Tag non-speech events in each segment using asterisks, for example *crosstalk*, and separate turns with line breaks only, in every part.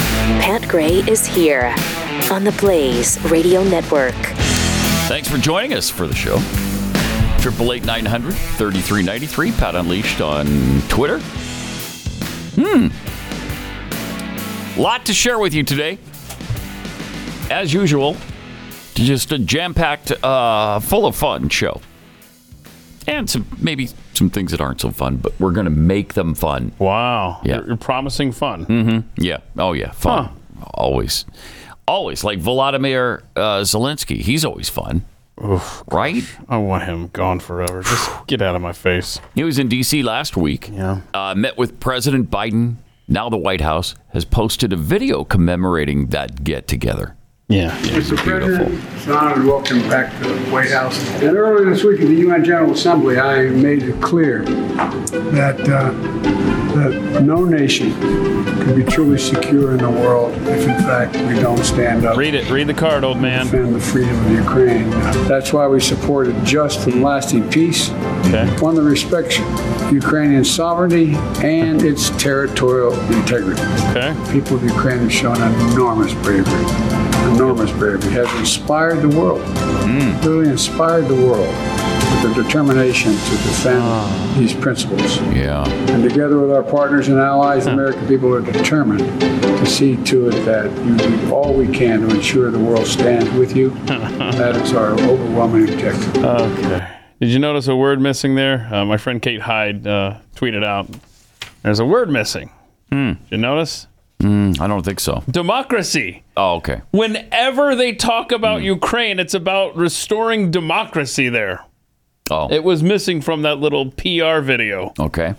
Matt Gray is here on the Blaze Radio Network.
Thanks for joining us for the show. Triple eight nine hundred thirty three ninety three. Pat Unleashed on Twitter. Hmm. Lot to share with you today. As usual, just a jam packed, uh, full of fun show, and some maybe some things that aren't so fun, but we're going to make them fun.
Wow.
Yeah.
You're, you're promising fun.
Mm-hmm. Yeah. Oh yeah. Fun. Always. Always. Like Volodymyr uh, Zelensky. He's always fun. right?
I want him gone forever. Just get out of my face.
He was in D.C. last week.
Yeah.
Uh, met with President Biden. Now the White House has posted a video commemorating that get together.
Yeah.
Mr. President, it's an honor to welcome you back to the White House. And earlier this week in the UN General Assembly, I made it clear that, uh, that no nation can be truly secure in the world if, in fact, we don't stand up.
Read it. Read the card, old man.
Defend the freedom of Ukraine. That's why we supported just and lasting peace, one that respects Ukrainian sovereignty and its territorial integrity.
Okay.
People of Ukraine have shown enormous bravery, enormous bravery, has inspired the world, really inspired the world with their determination to defend these principles.
Yeah.
And together with our partners and allies, the American people are determined to see to it that you do all we can to ensure the world stands with you. that is our overwhelming objective.
Okay. Did you notice a word missing there? Uh, my friend Kate Hyde uh, tweeted out there's a word missing.
Hmm.
Did you notice?
Mm, I don't think so.
Democracy.
Oh, okay.
Whenever they talk
Hmm.
about Ukraine, it's about restoring democracy there.
Oh.
It was missing from that little PR video.
Okay.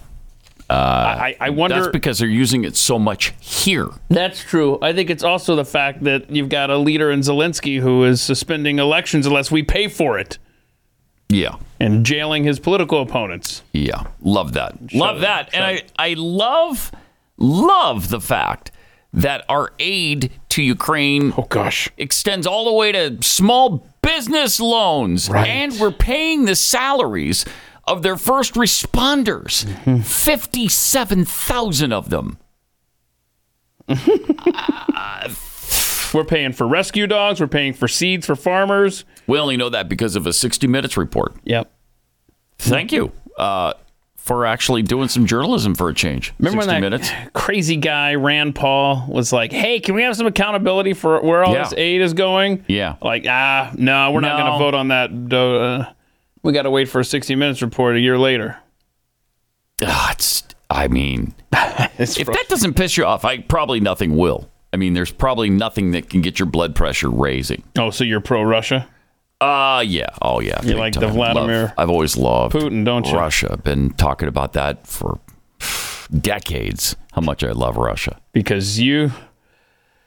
I, I wonder.
That's because they're using it so much here.
That's true. I think it's also the fact that you've got a leader in Zelensky who is suspending elections unless we pay for it
Yeah.
and jailing his political opponents.
Yeah, love that. love
it.
that. And I, I love, love the fact that our aid to Ukraine
Oh, gosh.
extends all the way to small business loans. And we're paying the salaries of their first responders
Mm-hmm.
57,000 of them.
We're paying for rescue dogs, we're paying for seeds for farmers.
We only know that because of a 60 Minutes report.
Yep.
Thank you uh, for actually doing some journalism for a change.
Remember
60
when that
Minutes.
crazy guy Rand Paul was like, "Hey, can we have some accountability for where all
Yeah.
this aid is going?"
Yeah.
Like, ah, no, we're not
No.
going to vote on that. do- Uh, we got to wait for a 60 Minutes report a year later.
Ah, it's, I mean,
It's
If that doesn't piss you off, I probably nothing will. I mean, there's probably nothing that can get your blood pressure raising.
oh, so you're pro Russia?
Uh yeah. Oh yeah. You
like the Vladimir
I've always loved
Putin, don't you?
Russia. Been talking about that for decades. How much I love Russia.
Because you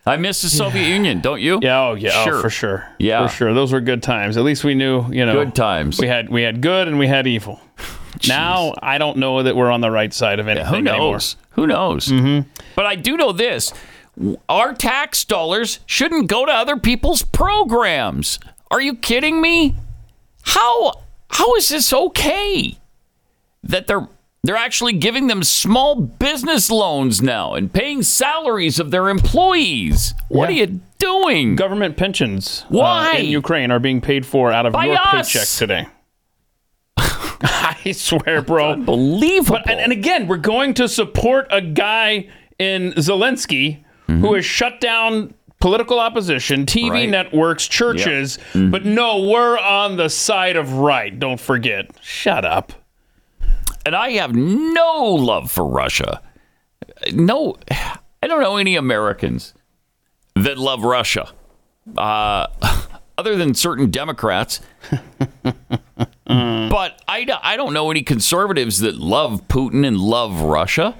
I miss the Soviet Union, don't you?
Yeah, oh yeah,
Sure.
oh, for sure.
Yeah.
for sure. Those were good times. At least we knew, you know,
Good times.
We had we had good and we had evil.
*laughs*
Now I don't know that we're on the right side of anything
Who
anymore. Mm-hmm.
knows? Who knows? But I do know this: our tax dollars shouldn't go to other people's programs. Are you kidding me? How how is this okay? That they're they're actually giving them small business loans now and paying salaries of their employees. What
Yeah.
are you doing?
Government pensions uh,
Why?
in Ukraine are being paid for out of
By
your
us.
paycheck today. *laughs* I swear, bro.
Unbelievable.
But and, and again, we're going to support a guy in Zelensky who has shut down political opposition, TV
Mm-hmm. Right. Mm-hmm.
networks, churches. But no, we're on the side of right. Don't forget. Shut up.
and I have no love for Russia. No, I don't know any Americans that love Russia, uh, *laughs* other than certain Democrats. but I, d- I don't know any conservatives that love Putin and love Russia.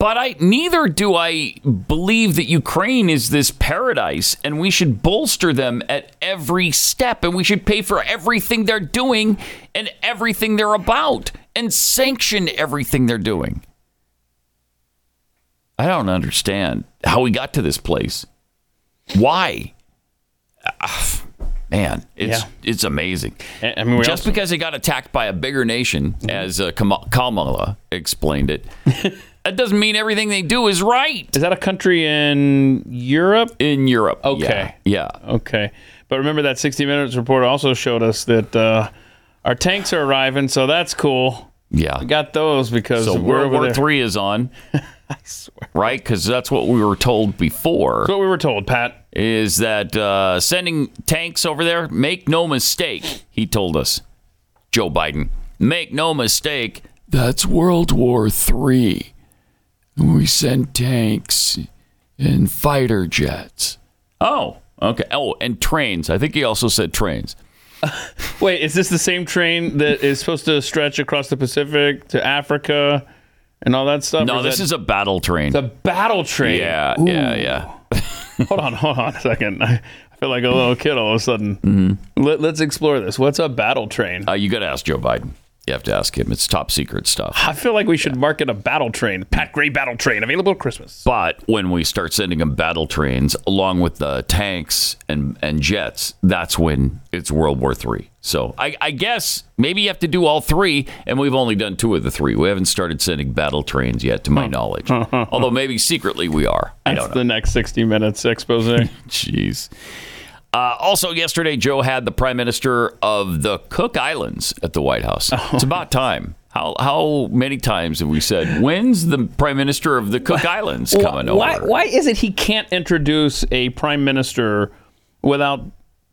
But I neither do I believe that Ukraine is this paradise and we should bolster them at every step and we should pay for everything they're doing and everything they're about and sanction everything they're doing. I don't understand how we got to this place. Why? Ah, Man, it's it's amazing.
I I mean, we
Just
also- *laughs*
because they got attacked by a bigger nation, as uh, Kama- Kamala explained it, That doesn't mean everything they do is right
Is that a country in Europe?
in Europe.
Okay.
Yeah. yeah.
Okay. But remember that 60 Minutes report also showed us that uh, our tanks are arriving, so that's cool.
Yeah.
Got those because
So
we're
World
over
War
there.
Three
*laughs*
is on. Right, because that's what we were told before.
That's what we were told, Pat.
Is that uh, sending tanks over there? Make no mistake, he told us. Joe Biden, make no mistake. That's World War Three. We send tanks and fighter jets. Oh, okay. Oh, and trains. I think he also said trains.
Wait, is this the same train that is supposed to stretch across the Pacific to Africa and all that stuff?
No,
Or
this
that
is a battle train.
the battle train.
yeah, yeah, yeah.
Hold on, hold on a second. *laughs* I feel like a little kid all of a sudden. Let, let's explore this. What's a battle train?
Mm-hmm. Uh, you got to ask Joe Biden. You have to ask him. It's top secret stuff.
I feel like we should market a battle train. Pat Gray battle train available at Christmas.
But when we start sending them battle trains along with the tanks and, and jets, that's when it's World War Three. So I, I guess maybe you have to do all three, and we've only done two of the three. We haven't started sending battle trains yet, to
*laughs*
my knowledge. Although maybe secretly we are. I
That's
don't know.
the next 60 minutes
*laughs*
expose.
Jeez. Uh, also, yesterday, Joe had the prime minister of the Cook Islands at the
*laughs*
White House. It's about time. How, how many times have we said, when's the prime minister of the Cook Islands coming
why,
over?
Why is it he can't introduce a prime minister without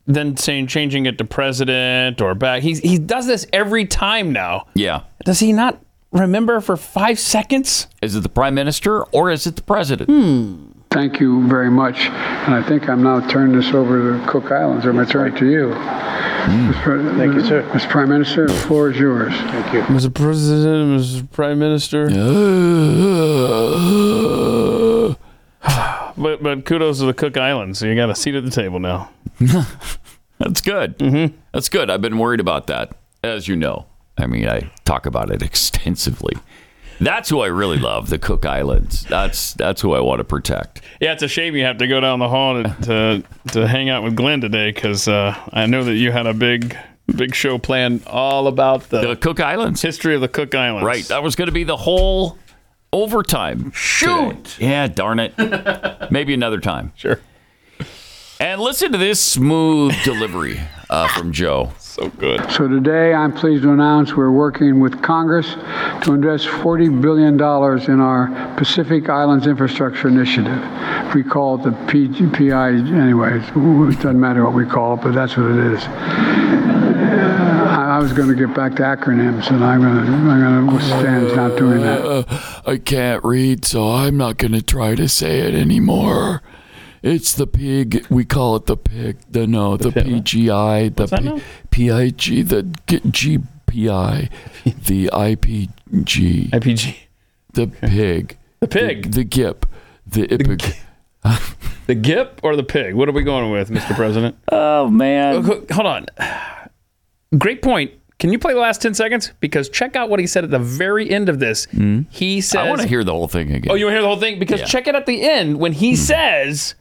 then saying changing it to president or back? He's, he does this every time now.
Yeah.
Does he not remember for five seconds?
Is it the prime minister or is it the president?
Thank you very much. And I think I'm now turning this over to Cook Islands. I'm going to turn it to you. Thank you, sir. Mr. Prime Minister, the floor is yours.
Mr. President, Mr. Prime Minister. But, but kudos to the Cook Islands. You got a seat at the table now.
*laughs* That's good. Mm-hmm. That's good. I've been worried about that, as you know. I mean, I talk about it *laughs* extensively. That's who I really love, the Cook Islands. That's that's who I want to protect.
Yeah, it's a shame you have to go down the hall to to, to hang out with Glenn today because uh, I know that you had a big big show planned all about the,
The Cook Islands.
history of the Cook Islands.
Right. That was going to be the whole overtime. Shoot. Yeah, darn it. Maybe another time.
Sure.
And listen to this smooth delivery uh, from Joe.
So good.
So today, I'm pleased to announce we're working with Congress to invest $40 billion in our Pacific Islands Infrastructure Initiative. We call it the PGPI, anyway, it doesn't matter what we call it, but that's what it is. I I was going to get back to acronyms, and I'm going to, I'm going to stand not doing that.
Uh, I can't read, so I'm not going to try to say it anymore. It's the pig. We call it the pig. The no, the, PGI, the
that now?
P- PIG, the G- GPI, the IPG,
IPG.
the pig,
The pig.
the GIP, the IPG.
The Gip or the pig? What are we going with, Mr.
*laughs*
President?
Oh, man.
Hold on. Great point. Can you play the last 10 seconds? Because check out what he said at the very end of this. He says,
I want to hear the whole thing again.
Oh, you want to hear the whole thing? Because
Yeah.
check it at the end when he says,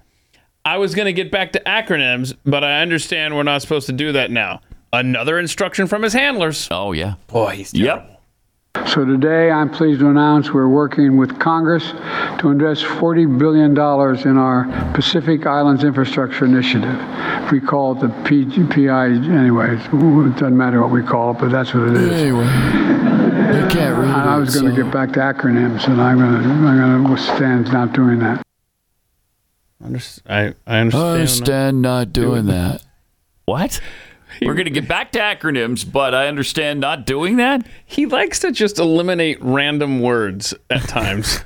I was going to get back to acronyms, but I understand we're not supposed to do that now. Another instruction from his handlers.
oh, yeah.
Boy, he's
Yep.
So today, I'm pleased to announce we're working with Congress to invest $40 billion in our Pacific Islands Infrastructure Initiative. We call it the PGPI, anyway, it doesn't matter what we call it, but that's what it is.
Anyway, I can't read.
I I
it,
was going
so-
to get back to acronyms, and I'm going to, I'm going to stand not doing that.
I, I understand.
I understand not doing that.
What? We're going to get back to acronyms, but I understand not doing that.
He likes to just eliminate random words at times.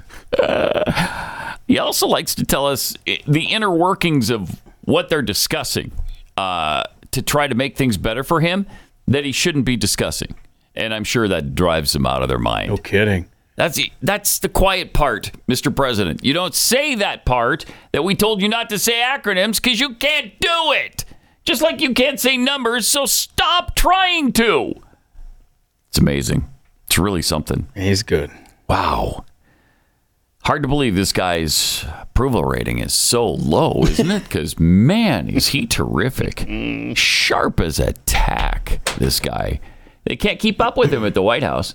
He also likes to tell us i- the inner workings of what they're discussing uh, to try to make things better for him that he shouldn't be discussing. And I'm sure that drives them out of their
*laughs*
mind.
kidding.
That's that's the quiet part, Mr. President. You don't say that part that we told you not to say acronyms because you can't do it. Just like you can't say numbers, so stop trying to. It's amazing. It's really something.
He's good.
Wow. Hard to believe this guy's approval rating is so low,
*laughs*
isn't it? Because, man, is he terrific. Sharp as a tack, this guy. They can't keep up with him at the White House.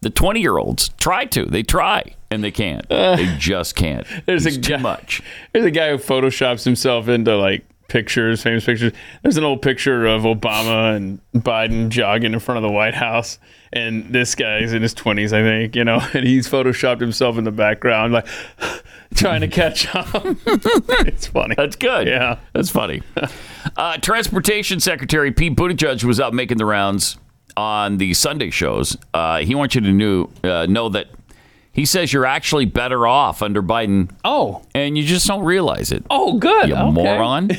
The 20 year olds try to, they try. and they can't. They just can't.
Uh. There's
It's
a
too
guy,
much.
There's a guy who photoshops himself into like pictures, famous pictures. There's an old picture of Obama and Biden jogging in front of the White House, and this guy's in his 20s, I think, you know, *laughs* and he's photoshopped himself in the background, like *sighs* trying to catch up. *laughs* it's funny.
That's good.
Yeah. *laughs*
That's funny. uh, Transportation Secretary Pete Buttigieg was out making the rounds on the Sunday shows. Uh, he wants you to knew, uh, know that he says you're actually better off under Biden,
Oh,
and you just don't realize it.
oh, good.
you
Okay.
moron.
*laughs*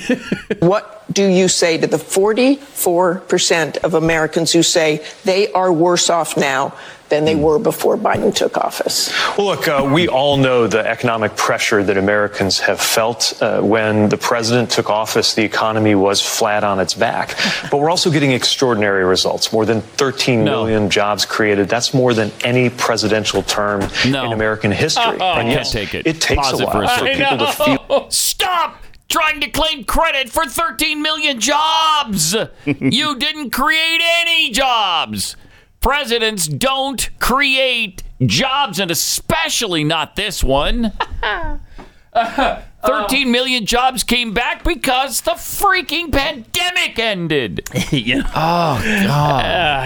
What do you say to the 44% of Americans who say they are worse off now than they were before Biden took office?
Well, look, uh, we all know the economic pressure that Americans have felt. Uh, when the president took office, the economy was flat on its
*laughs*
back. But we're also getting extraordinary results. More than 13 million
No.
jobs created. That's more than any presidential term
No. Uh-uh.
in American history. and
Can't
yes,
take it.
It takes
Pause
a
it for a
while Oh. for
second.
people to feel.
Stop trying to claim credit for 13
*laughs*
million jobs. you didn't create any jobs. Presidents don't create jobs, and especially not this one.
*laughs*
*laughs* 13 million jobs came back because the freaking
*laughs*
pandemic ended.
Yeah, uh,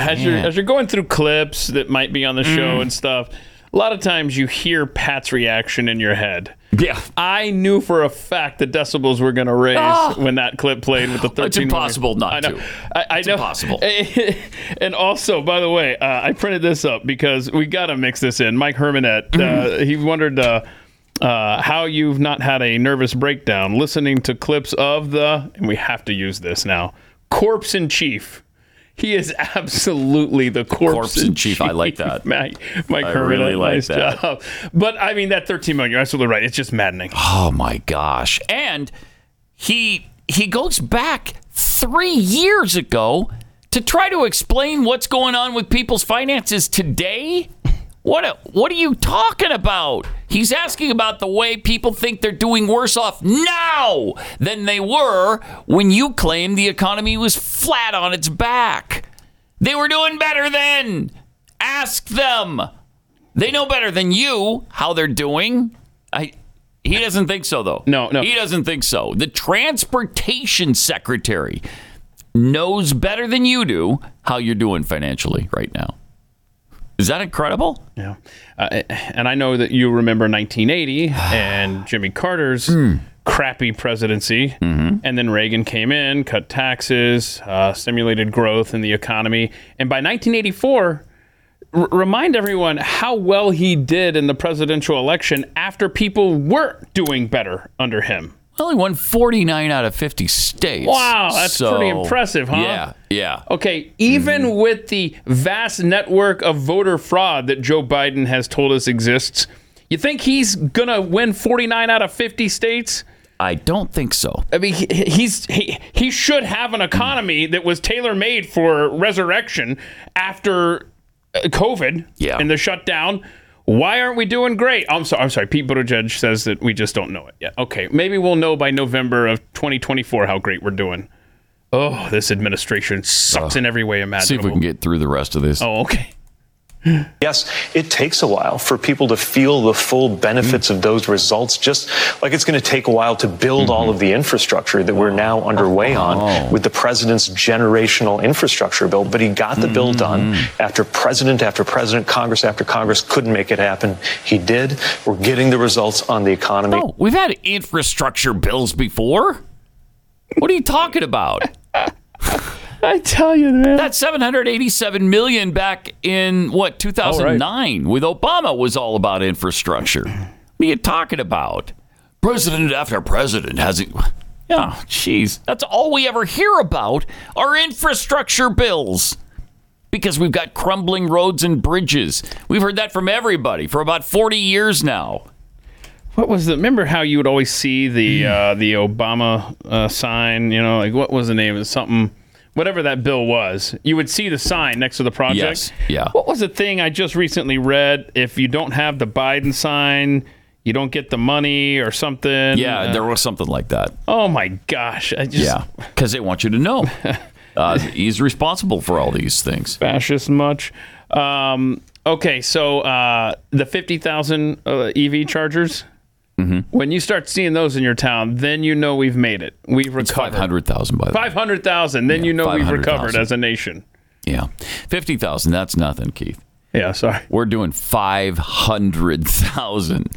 as you're as you're going through clips that might be on the show and stuff, a lot of times you hear Pat's reaction in your head.
Yeah.
I knew for a fact that decibels were going to raise when that clip played with the 13. million-
Ah! impossible not
I know.
to.
I, I know.
impossible.
*laughs* and also, by the way, uh, I printed this up because we got to mix this in. Mike Hermanette,
Mm-hmm.
uh, he wondered uh, uh, how you've not had a nervous breakdown listening to clips of the, and we have to use this now, corpse in chief. He is *laughs* absolutely the corpse,
Corpse in chief. I like that.
Mike, Mike
I
Hermanette,
really like
uh, nice
that.
job. But I mean, that 13 million, you're absolutely right. It's just maddening.
Oh my gosh. And he he goes back 3 years ago to try to explain what's going on with people's finances today. What a, what are you talking about? He's asking about the way people think they're doing worse off now than they were when you claimed the economy was flat on its back. They were doing better then. Ask them. They know better than you how they're doing. I he doesn't think so though.
No, no.
He doesn't think so. The transportation secretary knows better than you do how you're doing financially right now. Is that incredible?
Yeah. Uh, and I know that you remember 1980 and
*sighs*
Jimmy Carter's
Hmm.
crappy presidency.
Mm-hmm.
And then Reagan came in, cut taxes, uh, stimulated growth in the economy. And by 1984, r- remind everyone how well he did in the presidential election after people were doing better under him.
Well, he won 49 out of 50 states.
Wow, that's pretty impressive, huh?
Yeah, yeah.
Okay, even
Mm-hmm.
with the vast network of voter fraud that Joe Biden has told us exists, you think he's going to win 49 out of 50 states?
I don't think so.
I mean, he, he's he, he should have an economy
Mm.
that was tailor made for resurrection after uh, COVID
Yeah.
and the shutdown. Why aren't we doing great? I'm sorry. I'm sorry. Pete Buttigieg says that we just don't know it yet. Okay, maybe we'll know by November of 2024 how great we're doing. Oh, this administration sucks in every way
See
imaginable.
if we can get through the rest of this.
oh, okay.
Yes, it takes a while for people to feel the full benefits of those results, just like it's going to take a while to build all of the infrastructure that we're now underway
Oh.
on with the president's generational infrastructure bill. But he got the bill done
Mm-hmm.
after president after president, Congress after Congress couldn't make it happen. He did. We're getting the results on the economy.
No, we've had infrastructure bills before. What are you talking about?
*laughs* I tell you, man.
That 787 million back in what 2009 with Obama was all about infrastructure. What are you talking about? President after president hasn't. Yeah, jeez, that's all we ever hear about are infrastructure bills because we've got crumbling roads and bridges. We've heard that from everybody for about 40 years now.
What was the? Remember how you would always see the
Hmm.
uh, the Obama uh, sign? You know, like what was the name of it? something? Whatever that bill was, you would see the sign next to the project.
Yes, yeah.
What was the thing I just recently read? If you don't have the Biden sign, you don't get the money or something.
Yeah,
Uh,
there was something like that.
oh my gosh! I just
Yeah, because they want you to know uh, he's responsible for all these things.
fascist much. Um, Okay, so uh, the 50,000 uh, EV chargers, when you start seeing those in your town, then you know we've made it. We've recovered.
Five hundred thousand, by the way.
500,000, then
Yeah,
you know we've recovered
500,000.
as a nation.
Yeah, fifty thousand. That's nothing, Keith.
Yeah, sorry.
We're doing five hundred thousand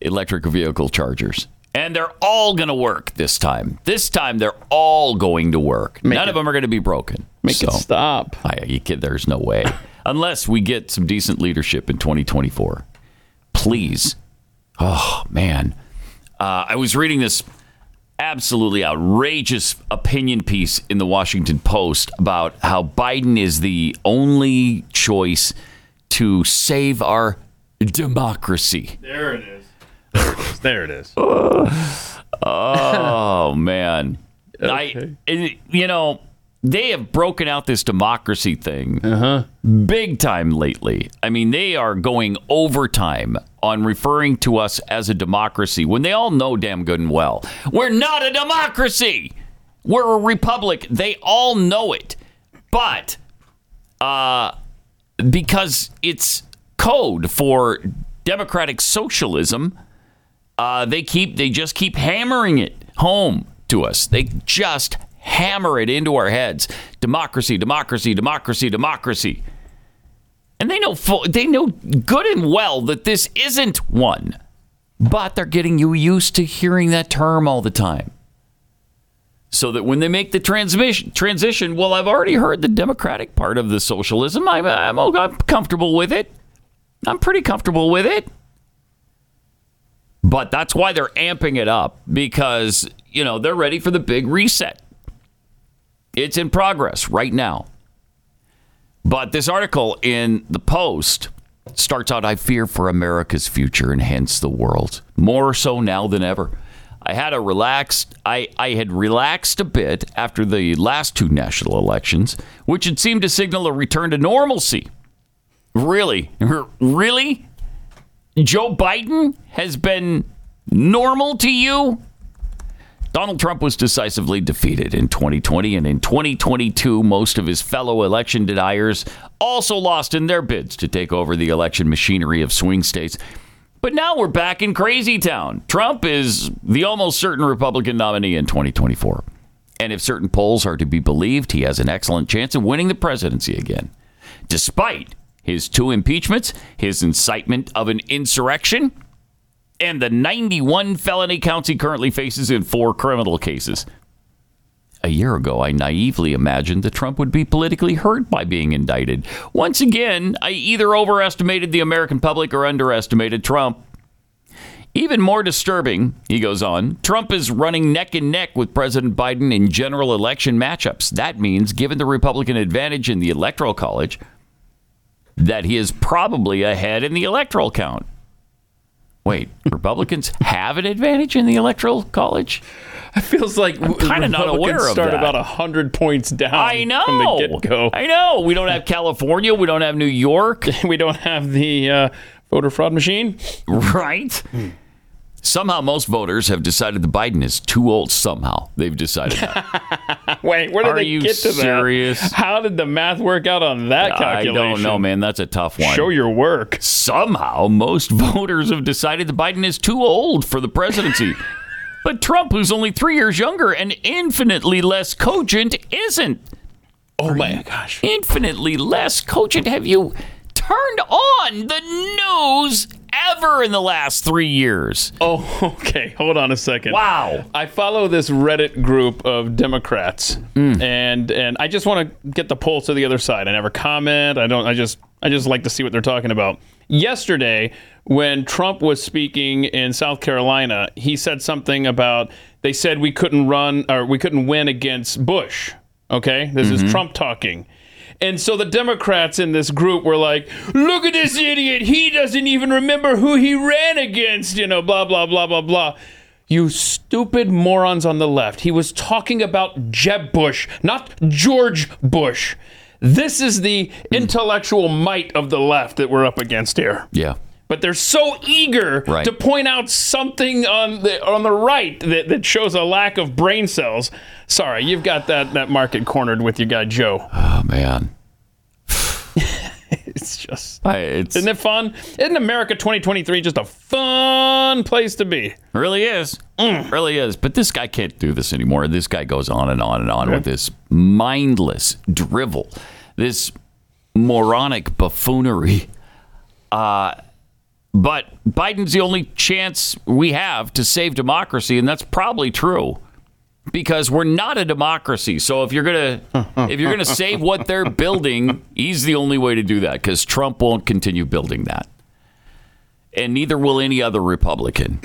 electric vehicle chargers, and they're all going to work this time. This time, they're all going to work. None of them are going to be broken.
Make
so,
it stop.
I, you kid, there's no way. Unless we get some decent leadership in 2024. Please. Oh, man. Uh, I was reading this absolutely outrageous opinion piece in the Washington Post about how Biden is the only choice to save our democracy.
There it is. There it is. There it is.
Oh man, I it- you know they have broken out this democracy thing big time lately. I mean, they are going overtime on referring to us as a democracy when they all know damn good and well we're not a democracy. We're a republic. They all know it, but uh, because it's code for democratic socialism uh, they keep they just keep hammering it home to us. They just hammer it into our heads. Democracy, democracy, democracy, democracy. And they know full, they know good and well that this isn't one. But they're getting you used to hearing that term all the time. So that when they make the transmission transition, well, I've already heard the democratic part of the socialism. I'm, I'm, I'm comfortable with it. I'm pretty comfortable with it. But that's why they're amping it up because, you know, they're ready for the big reset. It's in progress right now. But this article in the Post starts out I fear for America's future and hence the world, more so now than ever. I had a relaxed I, I had relaxed a bit after the last two national elections, which had seemed to signal a return to normalcy. Really? *laughs* Really? Joe Biden has been normal to you? Donald Trump was decisively defeated in 2020, and in 2022, most of his fellow election deniers also lost in their bids to take over the election machinery of swing states. But now we're back in crazy town. Trump is the almost certain Republican nominee in 2024. And if certain polls are to be believed, he has an excellent chance of winning the presidency again despite his two impeachments, his incitement of an insurrection, and the 91 felony counts he currently faces in four criminal cases. A year ago, I naively imagined that Trump would be politically hurt by being indicted. Once again, I either overestimated the American public or underestimated Trump. Even more disturbing, he goes on, Trump is running neck and neck with President Biden in general election matchups. That means, given the Republican advantage in the Electoral College, that he is probably ahead in the Electoral count.
*laughs*
Wait, Republicans have an advantage in the Electoral College?
It feels like
kinda not
Republicans
aware of
start
that.
about 100 points down
I know.
Um, from the get-go.
I know. We don't have California. We don't have New York.
*laughs* We don't have the uh, voter fraud machine.
right? Somehow, most voters have decided that Biden is too old. Somehow, they've decided that.
*laughs* Wait, where did
Are
they
you
get to that?
serious?
How did the math work out on that
I
calculation?
don't know, man. That's a tough one.
Show your work.
Somehow, most *laughs* voters have decided that Biden is too old for the presidency. but Trump, who's only three years younger and infinitely less cogent, isn't.
Oh my gosh.
Infinitely less cogent. Have you turned on the news ever in the last three years?
*laughs* Oh, okay. Hold on a second.
Wow.
I follow this Reddit group of Democrats, and and I just want to get the pulse of the other side. I never comment. I don't. I just I just like to see what they're talking about. Yesterday, when Trump was speaking in South Carolina, he said something about they said we couldn't run or we couldn't win against Bush. Okay, this is Trump talking. And so the Democrats in this group were like, look at this idiot. He doesn't even remember who he ran against, you know, blah, blah, blah, blah, blah. You stupid morons on the left. He was talking about Jeb Bush, not George Bush. This is the intellectual might of the left that we're up against here.
Yeah.
But they're so eager
Right.
to point out something on the on the right that, that shows a lack of brain cells. Sorry, you've got that, that market cornered with your guy Joe.
Oh, man.
It's just
I, it's,
isn't it fun? Isn't America 2023 just a fun place to be?
Really is. Really is. But this guy can't do this anymore. This guy goes on and on and on with this mindless drivel, this moronic buffoonery. Uh, but Biden's the only chance we have to save democracy, and that's probably true because we're not a democracy. So if you're gonna if you're gonna save what they're building, he's the only way to do that because Trump won't continue building that, and neither will any other Republican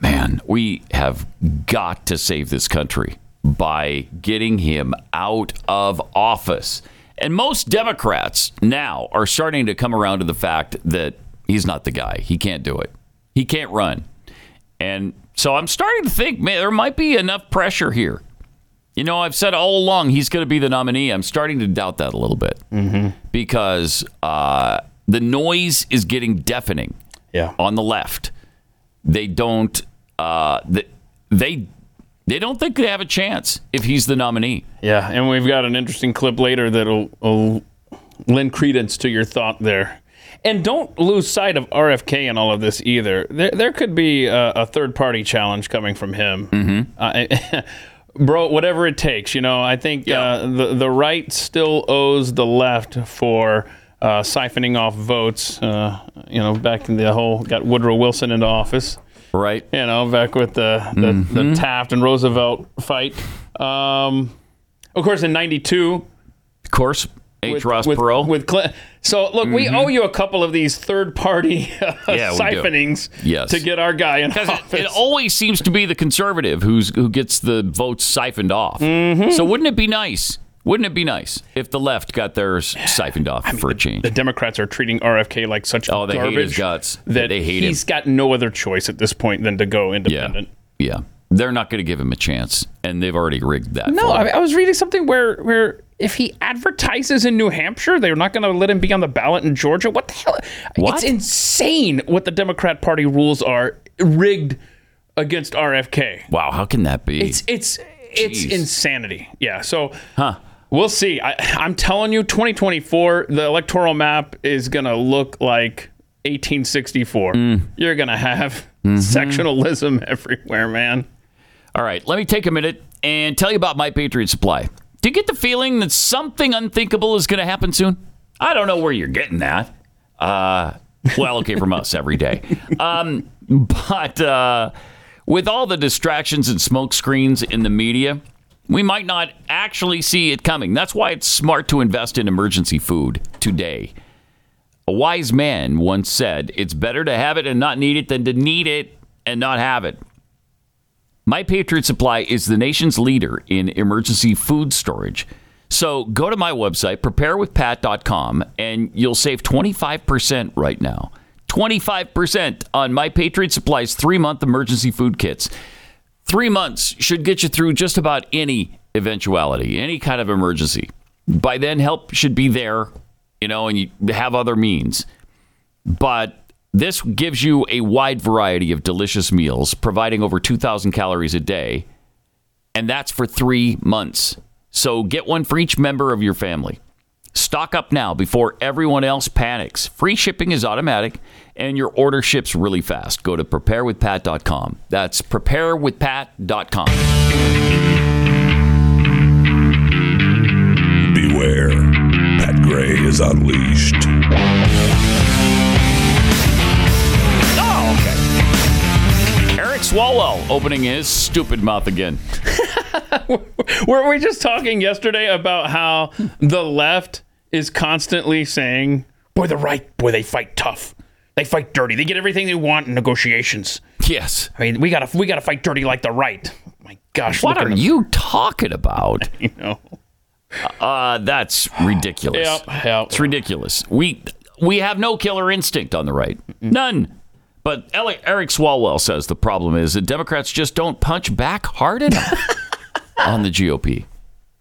man, we have got to save this country by getting him out of office. And most Democrats now are starting to come around to the fact that he's not the guy. He can't do it. He can't run. And so I'm starting to think, man, there might be enough pressure here. You know, I've said all along he's going to be the nominee. I'm starting to doubt that a little bit
Mm-hmm.
because uh, the noise is getting deafening
Yeah.
on the left. They don't. Uh, they, they they don't think they have a chance if he's the nominee.
Yeah, and we've got an interesting clip later that'll will lend credence to your thought there. And don't lose sight of RFK in all of this either. There, there could be a, a third party challenge coming from him. Mm-hmm. *laughs* bro, whatever it takes. You know, I think uh, the the right still owes the left for uh, siphoning off votes. Uh, you know, back in the whole got Woodrow Wilson into office
Right.
you know, back with the the,
Mm-hmm.
the Taft and Roosevelt fight. Um, of course, in '92,
Of course, H.
with,
Ross
with,
Perot. Mm-hmm.
with Clinton. So, look, we owe you a couple of these third-party *laughs* uh,
Yeah, we do.
siphonings
Yes.
to get our guy in
Because
office.
it, it always seems to be the conservative who's who gets the votes siphoned off.
Mm-hmm.
So wouldn't it be nice? Wouldn't it be nice if the left
*sighs*
got theirs siphoned off for a change?
the Democrats are treating RFK like such
Oh, they hate
garbage
his guts.
that
They hate him.
he's got no other choice at this point than to go
yeah,
independent.
yeah. They're not going to give him a chance, and they've already rigged that.
No,
for
I,
him.
mean, I was reading something where where if he advertises in New Hampshire, they're not going to let him be on the ballot in Georgia. What the hell?
What?
It's insane what the Democrat Party rules are rigged against RFK.
wow, how can that be?
It's it's it's
Jeez.
insanity. Yeah. So we'll see. I, I'm telling you, 2024, the electoral map is going to look like 1864.
Mm.
You're going to have
Mm-hmm.
sectionalism *laughs* everywhere, man.
All right, let me take a minute and tell you about My Patriot Supply. Do you get the feeling that something unthinkable is going to happen soon? I don't know where you're getting that. Uh, well, okay, from us every day. *laughs* Um, but uh, with all the distractions and smoke screens in the media, we might not actually see it coming. That's why it's smart to invest in emergency food today. A wise man once said, It's better to have it and not need it than to need it and not have it. My Patriot Supply is the nation's leader in emergency food storage. So go to my website, preparewithpat.com, and you'll save 25% right now. 25% on My Patriot Supply's three month emergency food kits. Three months should get you through just about any eventuality, any kind of emergency. By then, help should be there, you know, and you have other means but this gives you a wide variety of delicious meals, providing over 2,000 calories a day, and that's for three months. So get one for each member of your family. Stock up now before everyone else panics. Free shipping is automatic, and your order ships really fast. Go to preparewithpat.com. That's preparewithpat.com.
Beware, Pat Gray is unleashed.
Oh, okay. Eric Swalwell opening his stupid mouth again.
Weren't we just talking yesterday about how the left is constantly saying, boy, the right, boy, they fight tough. They fight dirty. They get everything they want in negotiations.
Yes.
I mean, we gotta we gotta fight dirty like the right. My gosh,
What
look
are
at them,
you talking about?
You know,
Uh, that's ridiculous.
Yep, yep.
It's ridiculous. We we have no killer instinct on the right. None. But Ele- Eric Swalwell says the problem is that Democrats just don't punch back hard enough on the GOP.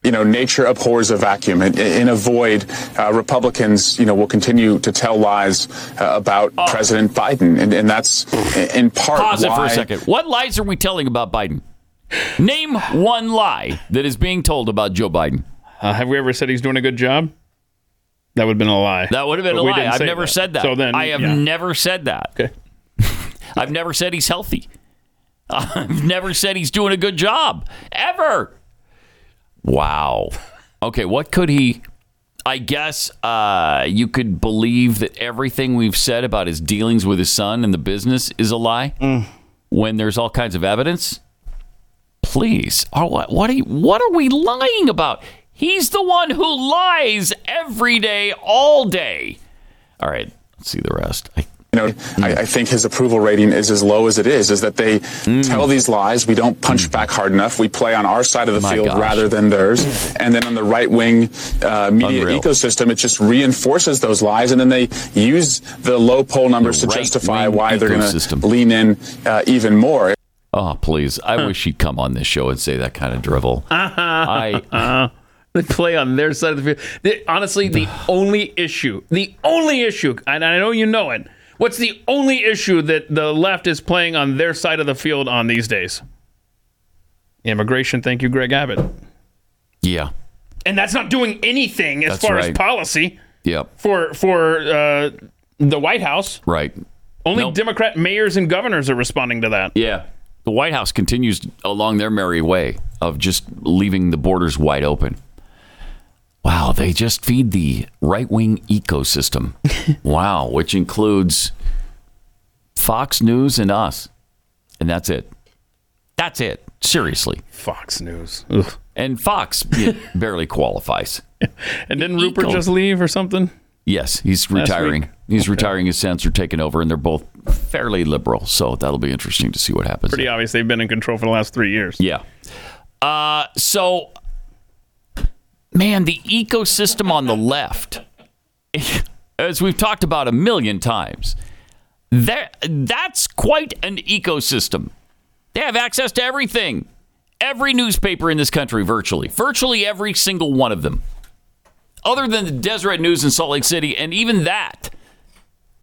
you know, nature abhors a vacuum. In, in a void, uh, Republicans, you know, will continue to tell lies uh, about President Biden, and, and that's in part
Oh. Pause it
why
for a second. What lies are we telling about Biden? Name one lie that is being told about Joe Biden.
uh, have we ever said he's doing a good job? That would have been a lie.
That would have been
But
a
we
lie.
didn't
I've
say
never said that.
So then
I have
yeah.
never said that.
Okay.
*laughs* I've never said he's healthy. *laughs* I've never said he's doing a good job ever. Wow. Okay, what could he? I guess uh, you could believe that everything we've said about his dealings with his son and the business is a lie
Mm.
when there's all kinds of evidence. Please, are what what are you- what are we lying about? He's the one who lies every day, all day. All right, let's see the rest. I,
you know, I, I think his approval rating is as low as it is. Is that they
Hmm.
tell these lies? We don't punch back hard enough. We play on our side of the
My
field
gosh.
rather than theirs. And then on the right wing uh, media
Unreal.
ecosystem, it just reinforces those lies. And then they use the low poll numbers to
right-wing
justify why they're going to
ecosystem.
lean in uh, even more.
oh, please, I wish he'd come on this show and say that kind of drivel. I
They *laughs* play on their side of the field. They- honestly, *sighs* the only issue, the only issue, and I know you know it. What's the only issue that the left is playing on their side of the field on these days? Immigration. Thank you, Greg Abbott.
yeah,
And that's not doing anything as
That's
far
right.
as policy
yep,
for for uh, the White House.
right.
Only
Nope.
Democrat mayors and governors are responding to that.
Yeah. The White House continues along their merry way of just leaving the borders wide open. Wow, they just feed the right wing ecosystem. wow, which includes Fox News and us. And that's it. That's it. Seriously.
Fox News.
And Fox yeah, barely qualifies.
And didn't Rupert
Eco.
just leave or something?
Yes, he's retiring.
week.
He's retiring. His sense are taking over, and they're both fairly liberal. So that'll be interesting to see what happens.
Pretty obvious they've been in control for the last three years.
Yeah. Uh, so, man, the ecosystem on the left, *laughs* as we've talked about a million times, that that's quite an ecosystem. They have access to everything, every newspaper in this country, virtually, virtually every single one of them, other than the Deseret News in Salt Lake City, and even that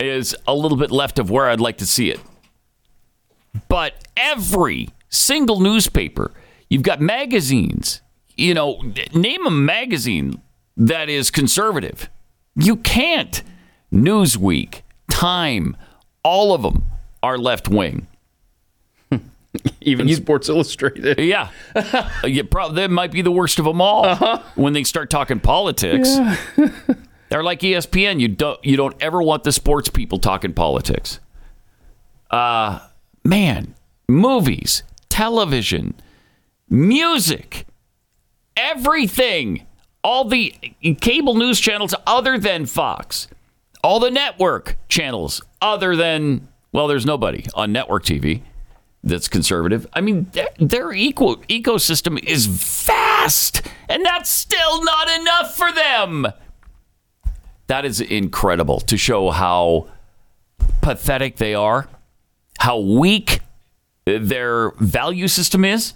is a little bit left of where I'd like to see it but every single newspaper, you've got magazines. You know, name a magazine that is conservative. You can't. Newsweek, Time, all of them are left wing.
Even Sports Illustrated.
*laughs* Yeah. you prob- that might be the worst of them all when they start talking politics. *laughs* They're like E ESPN. You don't you don't ever want the sports people talking politics. Uh man, movies, television, music, everything, all the cable news channels other than Fox, all the network channels other than well, there's nobody on network TV that's conservative. I mean, their, their equal ecosystem is vast, and that's still not enough for them. That is incredible to show how pathetic they are, how weak their value system is,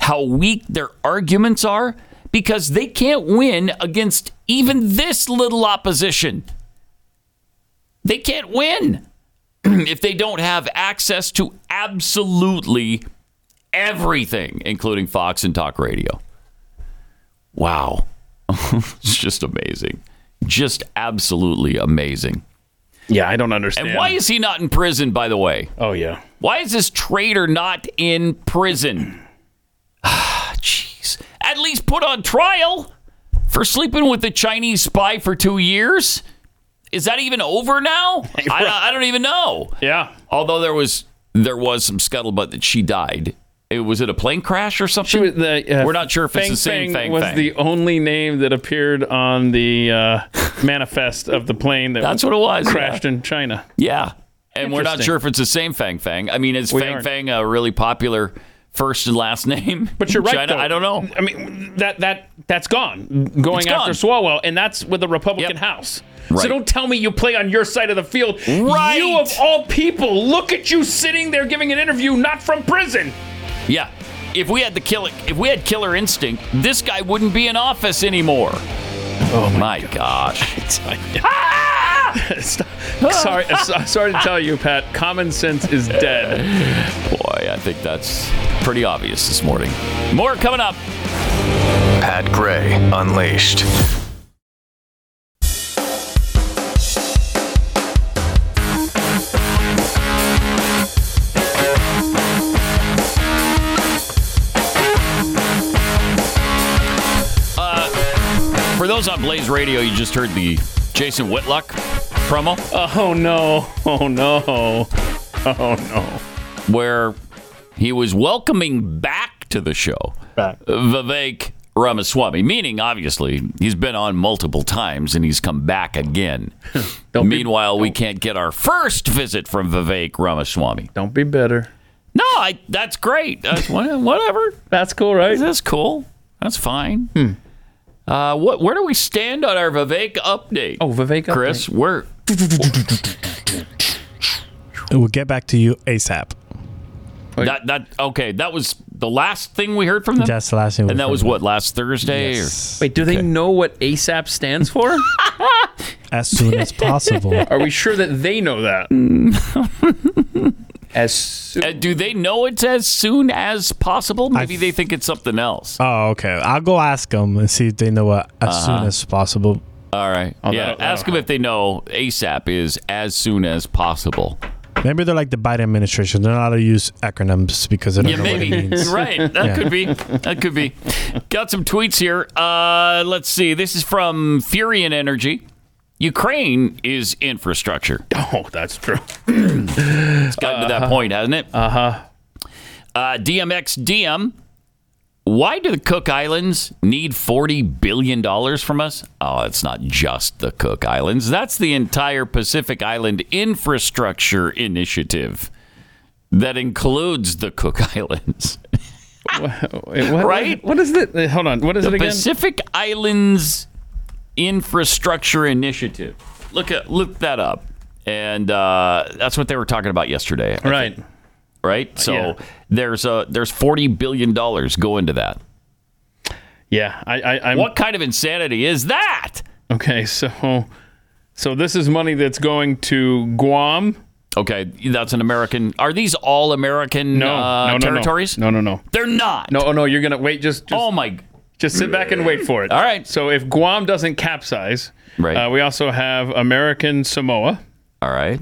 how weak their arguments are, because they can't win against even this little opposition. They can't win if they don't have access to absolutely everything, including Fox and talk radio. Wow. *laughs* it's just amazing. Just absolutely amazing.
Yeah, I don't understand.
And why is he not in prison, by the way?
Oh yeah.
Why is this traitor not in prison? *sighs* Ah, Jeez. At least put on trial for sleeping with the Chinese spy for two years? Is that even over now? I, I don't even know.
Yeah.
Although there was there was some scuttlebutt that she died. It was it a plane crash or something?
She was the, uh,
We're not sure if it's
Fang
the same
Fang
thing.
was the only name that appeared on the
*laughs*
uh, manifest of the plane that
That's what it was. yeah.
crashed in China.
Yeah. And we're not
Interesting.
sure if it's the same Fang Fang. I mean, is
We
Fang
aren't.
Fang a really popular first and last *laughs* name?
But you're
in
right.
China?
though.
I don't know.
I mean that that that's gone. Going
It's gone.
after Swalwell, and that's with the Republican
Yep.
House.
Right.
So don't tell me you play on your side of the field.
Right.
You of all people, look at you sitting there giving an interview not from prison.
Yeah. If we had the killer, if we had killer instinct, this guy wouldn't be in office anymore. Oh my, gosh. *laughs*
Stop. Ah! *laughs* sorry, uh, so- sorry to tell you, Pat. Common sense is dead.
Boy, I think that's pretty obvious this morning. More coming up.
Pat Gray Unleashed.
was on Blaze Radio. You just heard the Jason Whitlock promo
Oh no! Oh no! Oh no!
where he was welcoming back to the show
Back.
Vivek Ramaswamy, meaning obviously he's been on multiple times and he's come
*laughs*
back again.
be-
Meanwhile, we can't get our first visit from Vivek Ramaswamy.
Don't be bitter.
No, I, that's great. That's, *laughs* wha- whatever.
That's cool, right?
That's cool. That's fine.
Hmm.
Uh, what? Where do we stand on our Vivek update?
Oh, Vivek,
Chris, where?
We'll get back to you ASAP.
That that okay. That was the last thing we heard from them.
That's the last thing. we
and that
heard
was
from
what last Thursday.
them.
Or?
Yes.
Wait, do they know what ASAP stands *laughs* for?
As soon as possible.
Are we sure that they know that? *laughs* As soon
Uh, do they know it's as soon as possible? Maybe
I-
they think it's something else.
Oh, okay. I'll go ask them and see if they know what as
Uh-huh.
soon as possible.
All right.
Oh,
yeah.
that- that-
ask them if they know ASAP is as soon as possible.
Maybe they're like the Biden administration. They're not allowed to use acronyms because they don't
Yeah,
know
maybe.
what it means.
You're *laughs* right. That
Yeah.
could be. That could be. Got some tweets here. Uh, let's see. This is from Fury and Energy. Ukraine is infrastructure.
oh, that's true.
It's gotten to that point, hasn't it? Uh-huh. Uh DMX DM. Why do the Cook Islands need forty billion dollars from us? Oh, it's not just the Cook Islands. That's the entire Pacific Island infrastructure initiative that includes the Cook *laughs* Islands.
Wait, what-
Right?
What is it? Hold on. What is it again?
Pacific Islands Infrastructure Initiative. Look at look that up. And uh, that's what they were talking about yesterday. I
right.
right? So
Uh, yeah.
there's a there's forty billion dollars going to that.
Hmm. Yeah. I. I I'm,
What kind of insanity is that?
Okay. So. So this is money that's going to Guam.
Okay, that's an American. Are these all American
No. no,
uh,
no,
territories?
No. No. No.
they're not.
No. No. no you're gonna wait. Just. just
Oh my.
Just sit back and wait for it.
All right.
So if Guam doesn't capsize,
Right.
uh, we also have American Samoa
All right.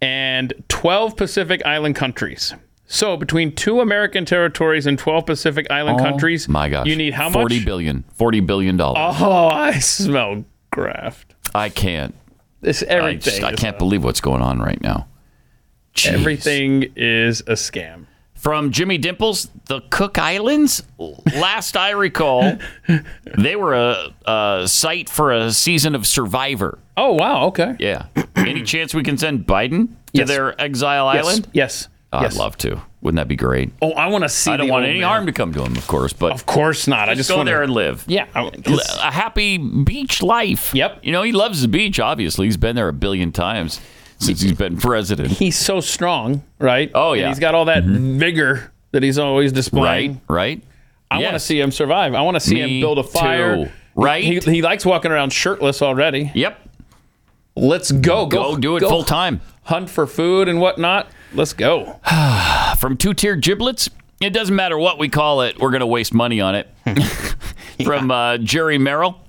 and 12 Pacific Island countries. So between two American territories and 12 Pacific Island countries,
Oh My gosh.
you need how much?
Forty billion. Forty billion dollars.
Oh, I smell graft.
I can't.
This
I,
everything.
just, I
is-
can't believe what's going on right now. Jeez.
Everything is a scam.
from Jimmy Dimples, the Cook Islands. Last
*laughs*
I recall, they were a, a site for a season of Survivor.
Oh wow. Okay.
Yeah.
*clears throat*
Any chance we can send Biden to
Yes.
their exile island?
Yes.
Oh,
yes.
I'd love to. Wouldn't that be great?
Oh, I want to see.
I don't
the
want
old
any
man.
harm to come to him, of course, but
Of course not. I just
go
want
there and live.
Yeah. I-
L- A happy beach life.
Yep.
You know, he loves the beach, obviously. He's been there a billion times since he's been president.
he's so strong, right?
Oh,
And
yeah.
he's got all that vigor that he's always displaying.
Right? Right?
I want to
Yes.
see him survive. I want to see
Me
him build a fire.
too. Right?
He, he likes walking around shirtless already.
Yep.
Let's go.
Go do it full time.
Hunt for food and whatnot. Let's go.
from two tier giblets. It doesn't matter what we call it, we're going to waste money on it. From uh, Jerry Merrill.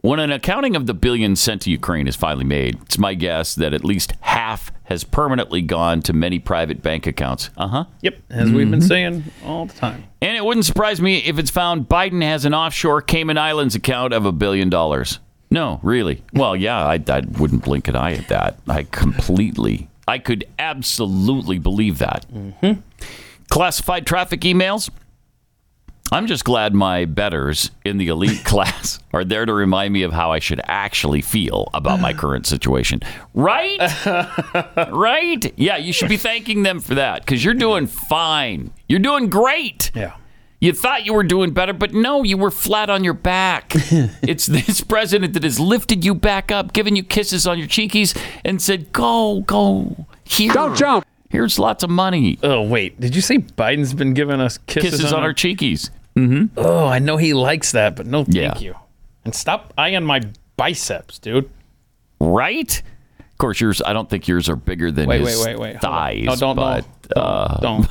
When an accounting of the billions sent to Ukraine is finally made, it's my guess that at least half has permanently gone to many private bank accounts. Uh huh.
Yep, as we've been saying all the time.
And it wouldn't surprise me if it's found Biden has an offshore Cayman Islands account of a billion dollars. No, really. Well, yeah, I, I wouldn't blink an eye at that. I completely, I could absolutely believe that. Classified traffic emails. I'm just glad my betters in the elite *laughs* class are there to remind me of how I should actually feel about my current situation. Right? right? Yeah, you should be thanking them for that because you're doing fine. You're doing great.
Yeah.
You thought you were doing better, but no, you were flat on your *laughs* back. it's this president that has lifted you back up, given you kisses on your cheekies, and said, Go, go. Here. Don't jump. Here's lots of money.
Oh wait, did you say Biden's been giving us kisses,
Kisses on our cheekies.
Oh, I know he likes that, but no, thank
Yeah.
you. And stop eyeing my biceps, dude.
right? Of course, yours. I don't think yours are bigger than
Wait,
his
wait, wait, wait. Hold on.
thighs.
No, don't,
but uh,
don't,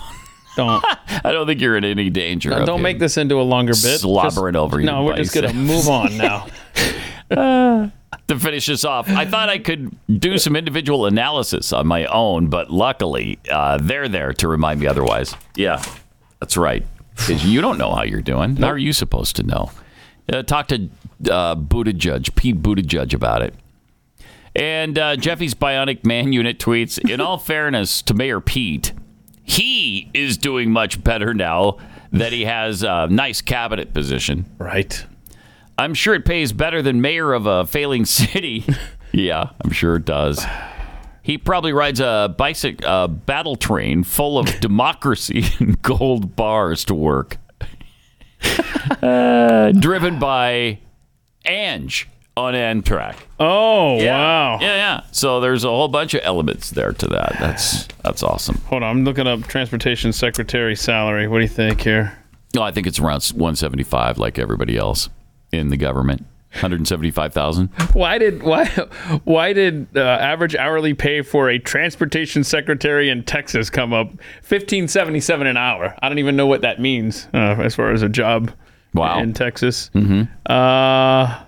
don't, don't,
I don't think you're in any danger.
don't,
of
don't
him.
make this into a longer bit.
slobbering over your
No, we're just gonna
biceps.
move
*laughs*
on now.
to finish this off. I thought I could do some individual analysis on my own, but luckily uh, they're there to remind me otherwise. Yeah, that's right. Because you don't know how you're doing. How are you supposed to know? Uh, talk to uh, Buttigieg, Pete Buttigieg, about it. And uh, Jeffy's Bionic Man *laughs* Unit tweets In all fairness to Mayor Pete, he is doing much better now that he has a nice cabinet position. Right. I'm sure it pays better than mayor of a failing *laughs* city. yeah, I'm sure it does. He probably rides a bicycle uh, battle train
*laughs*
full of democracy and gold bars to work. Uh, driven by Ange on Amtrak. Oh wow! Yeah, yeah. So there's a whole bunch of elements there to that. That's that's awesome.
Hold on, I'm looking up transportation secretary salary. What do you think here?
No, I think it's around 175, like everybody else in the government. 175,000.
Why did why why did uh, average hourly pay for a transportation secretary in Texas come up 1577 an hour? I don't even know what that means uh, as far as a job wow. in Texas.
Mm-hmm.
Uh,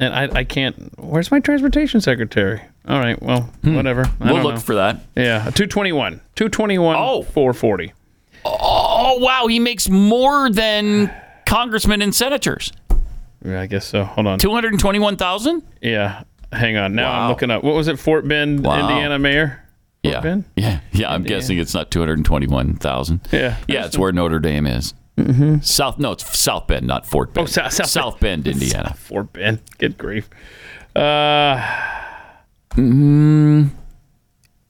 and I, I can't. Where's my transportation secretary? All right. Well, whatever. I
Hmm. We'll
don't
look
know.
for that.
Yeah, two twenty one, two twenty one, oh. four forty.
Oh wow, he makes more than congressmen and senators.
Yeah, I guess so. Hold on.
221,000?
Yeah, hang on. Now I'm looking up. What was it? Fort Bend,
Wow.
Indiana mayor.
Yeah. Yeah. Yeah, I'm guessing it's not 221,000.
Yeah.
Yeah, it's where Notre Dame is.
Mhm.
South no, it's South Bend, not Fort Bend.
Oh, South, South,
South Bend, Indiana.
Fort Bend. Good grief. Uh,
Mm,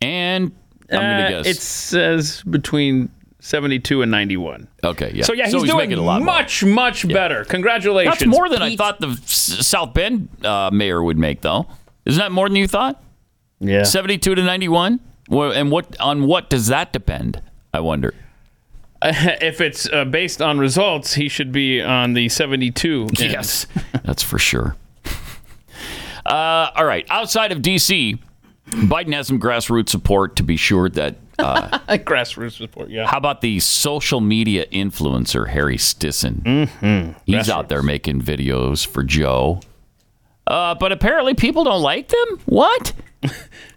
and I'm gonna
uh,
guess.
it says between seventy-two and ninety-one.
Okay, yeah.
So yeah, he's,
So he's
doing
making a lot more.
much, much better. Congratulations.
That's more than I
Pete.
thought the S- South Bend uh, mayor would make, though. Isn't that more than you thought?
Yeah.
seventy-two to ninety-one. Well, and what on what does that depend? I wonder.
*laughs* if it's uh, based on results, he should be on the seventy-two. end.
Yes. That's for sure. Uh, all right. Outside of D.C., Biden has some grassroots support to be sure that. Uh,
*laughs* grassroots support. Yeah.
How about the social media influencer Harry Stisson?
Mhm.
He's out there making videos for Joe. Uh, but apparently, people don't like them. What?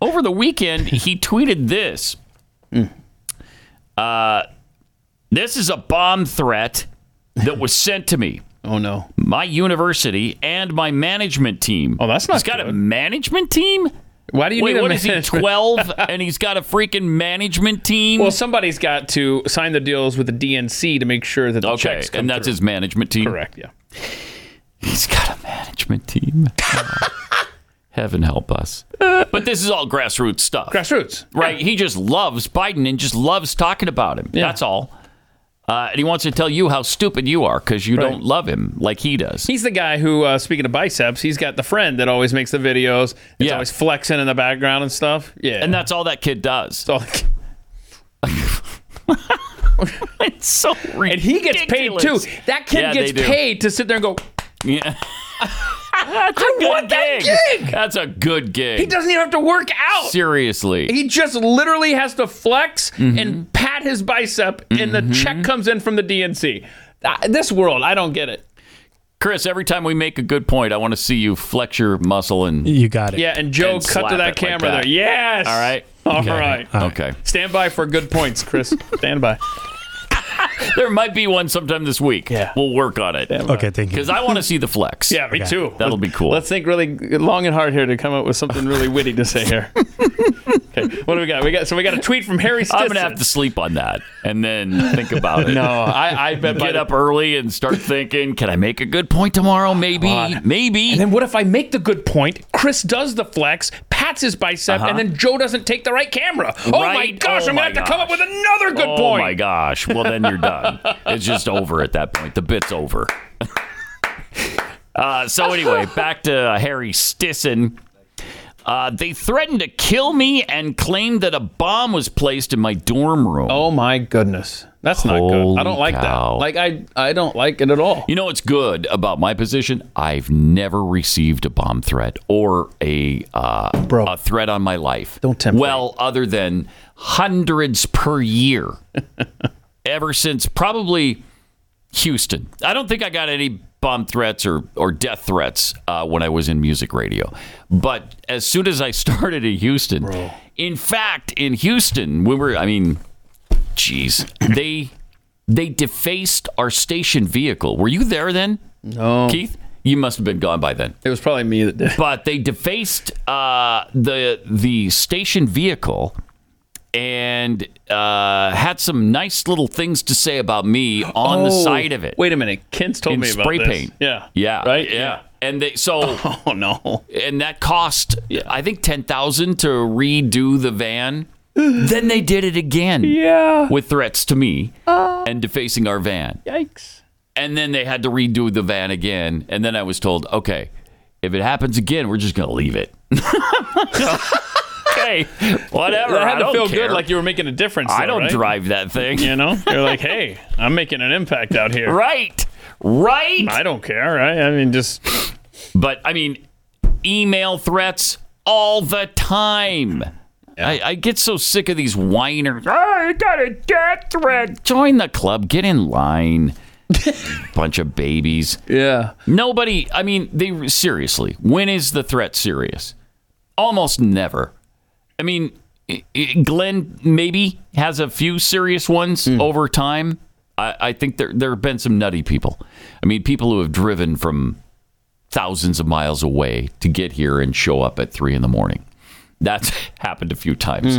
Over the weekend, he tweeted this. Uh, this is a bomb threat that was sent to me.
Oh no!
My university and my management team. Oh, that's not. He's got a management team.
Why do you
Wait,
need a
what is he?
management- *laughs*
Twelve, and he's got a freaking management team.
Well, somebody's got to sign the deals with the DNC to make sure that the
Okay,
checks come
and that's
through.
his management team?
Correct. Yeah.
He's got a management team. *laughs* Heaven help us. But this is all grassroots stuff.
Grassroots.
Right. He just loves Biden and just loves talking about him. That's all. Uh, and he wants to tell you how stupid you are because you don't love him like he does.
He's the guy who, uh, speaking of biceps, he's got the friend that always makes the videos. It's always flexing in the background and stuff. Yeah.
And that's all that kid does.
That's all
*laughs* it's so ridiculous.
And he gets paid too. That kid
Yeah,
gets
they do.
paid to sit there and go,
Yeah. That's
I want that gig.
That's a good gig.
He doesn't even have to work out.
Seriously.
He just literally has to flex
Mhm.
and pat his bicep, and
Mm-hmm.
the check comes in from the DNC. Uh, This world, I don't get it.
Chris, every time we make a good point, I want to see you flex your muscle and
You got it.
Yeah, and Joe,
and
cut
slap
to
it
that
like
camera
that.
there. Yes.
All right.
All
Okay.
right.
Okay.
Stand by for good points, Chris. Stand by.
There might be one sometime this week. Yeah. We'll work on it.
Okay, thank you.
Because I want to see the
*laughs*
flex.
Yeah, me too.
That'll be cool.
Let's think really long and hard here to come up with something really witty to say *laughs* here. okay, what do we got? We got so we got a tweet from Harry. Stinson.
I'm gonna have to sleep on that and then think about
*laughs*
it.
No, I, I bet by
get
the-
up early and start thinking. Can I make a good point tomorrow? Maybe, maybe.
And then what if I make the good point? Chris does the flex, pats his bicep, and then Joe doesn't take the right camera. Oh my
Uh-huh. Right?
gosh!
Oh
I'm gonna
my
have to come up with another good
oh
point.
my gosh! Well, then you're done. it's just over at that point. The bit's over. uh, so anyway, back to Harry Stisson. Uh, they threatened to kill me and claimed that a bomb was placed in my dorm room.
Oh my goodness, that's not good. I don't like that. Like I, I don't like it at all.
You know what's good about my position? I've never received a bomb threat or a uh, a threat on my life. Don't tempt Well, other than hundreds per year, *laughs* ever since probably Houston. I don't think I got any bomb threats or or death threats uh, when I was in music radio. But as soon as I *laughs* started in Houston, in fact, in Houston, we were. I mean, jeez, they they defaced our station vehicle. Were you there then? No. Keith, you must have been gone by then.
It was probably me that did.
But they defaced uh, the the station vehicle and uh, had some nice little things to say about me on the
Oh,
side of it.
Wait a minute. Kent's told
In
me about
spray
this.
paint.
Yeah.
Yeah.
Right?
Yeah.
Yeah.
And they
*laughs*
so
Oh, no.
and that cost I think ten thousand to redo
*sighs*
the van. then they did it again.
Yeah. Uh.
With threats to me and defacing our van.
Yikes.
And then they had to redo the van again. And then I was told, okay, if it happens again, we're just gonna leave it. *laughs* okay. Whatever.
That had
I
to
don't
feel
care.
good like you were making a difference.
I
though,
don't
right?
drive that thing.
You know? You're like, hey, I'm making an impact out here.
Right. Right.
I don't care, right? I mean, just
But I mean, email threats all the time. I, I get so sick of these whiners. Oh, you got a death threat. Join the club. Get in
*laughs*
line. Bunch of babies.
yeah.
Nobody. I mean, they seriously. When is the threat serious? Almost never. I mean, i i Glenn maybe has a few serious ones over time. I, I think there there have been some nutty people. I mean, people who have driven from thousands of miles away to get here and show up at three in the morning. That's *laughs* happened a few times.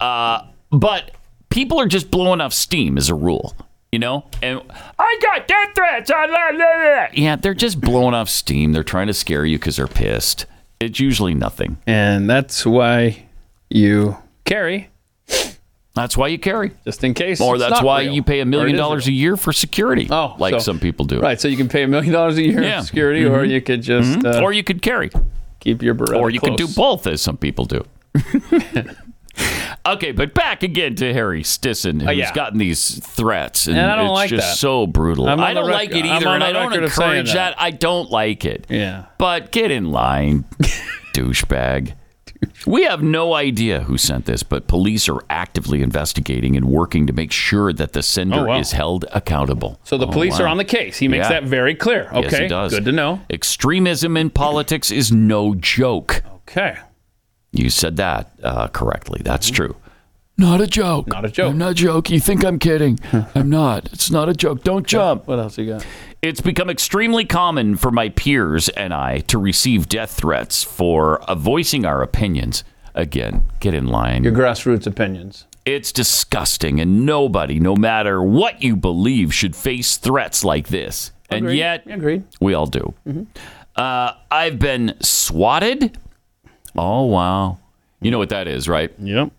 Uh, but people are just blowing off steam as a rule, you know? And I got death threats. I la- la- la." Yeah, they're just blowing off steam. They're trying to scare you because they're pissed. It's usually nothing.
And that's why you carry,
That's why you carry.
just in case.
Or
it's
that's
not
why
real.
you pay a
Or it
million
is
dollars a year for security,
Oh,
like
so-
some people do.
Right, so you can pay a million dollars a year
Yeah. Mm-hmm.
in security, or you could just uh,
Or you could carry.
keep your Beretta
or you can do
close.
both, as some people do. *laughs* okay, but back again to Harry Stisson, who's
Uh, yeah.
gotten these threats, and,
And I don't
it's
like
just
that.
so brutal.
I'm on
I
the
don't
rec-
like it
I'm
either,
on
and
the
I don't
record of saying
encourage that.
that.
I don't like it.
Yeah.
But get in
*laughs*
line, douchebag. We have no idea who sent this, but police are actively investigating and working to make sure that the sender
Oh, wow.
is held accountable.
So the
Oh,
police are
wow.
on the case. He makes
Yeah.
that very clear. Okay.
Yes, it does.
Good to know.
Extremism in politics is no joke.
Okay.
You said that uh, correctly. That's true.
Mm-hmm. Not a joke.
Not a joke.
I'm not joke. You think I'm
*laughs*
kidding? I'm not. It's not a joke. Don't
Uh,
jump.
What else you got?
It's become extremely common for my peers and I to receive death threats for uh, voicing our opinions. Again, get in line.
Your grassroots opinions.
It's disgusting, and nobody, no matter what you believe, should face threats like this. And yet,
Agreed.
we all do.
Mm-hmm.
Uh, I've been swatted. Oh, wow. You know what that is, right?
Yep.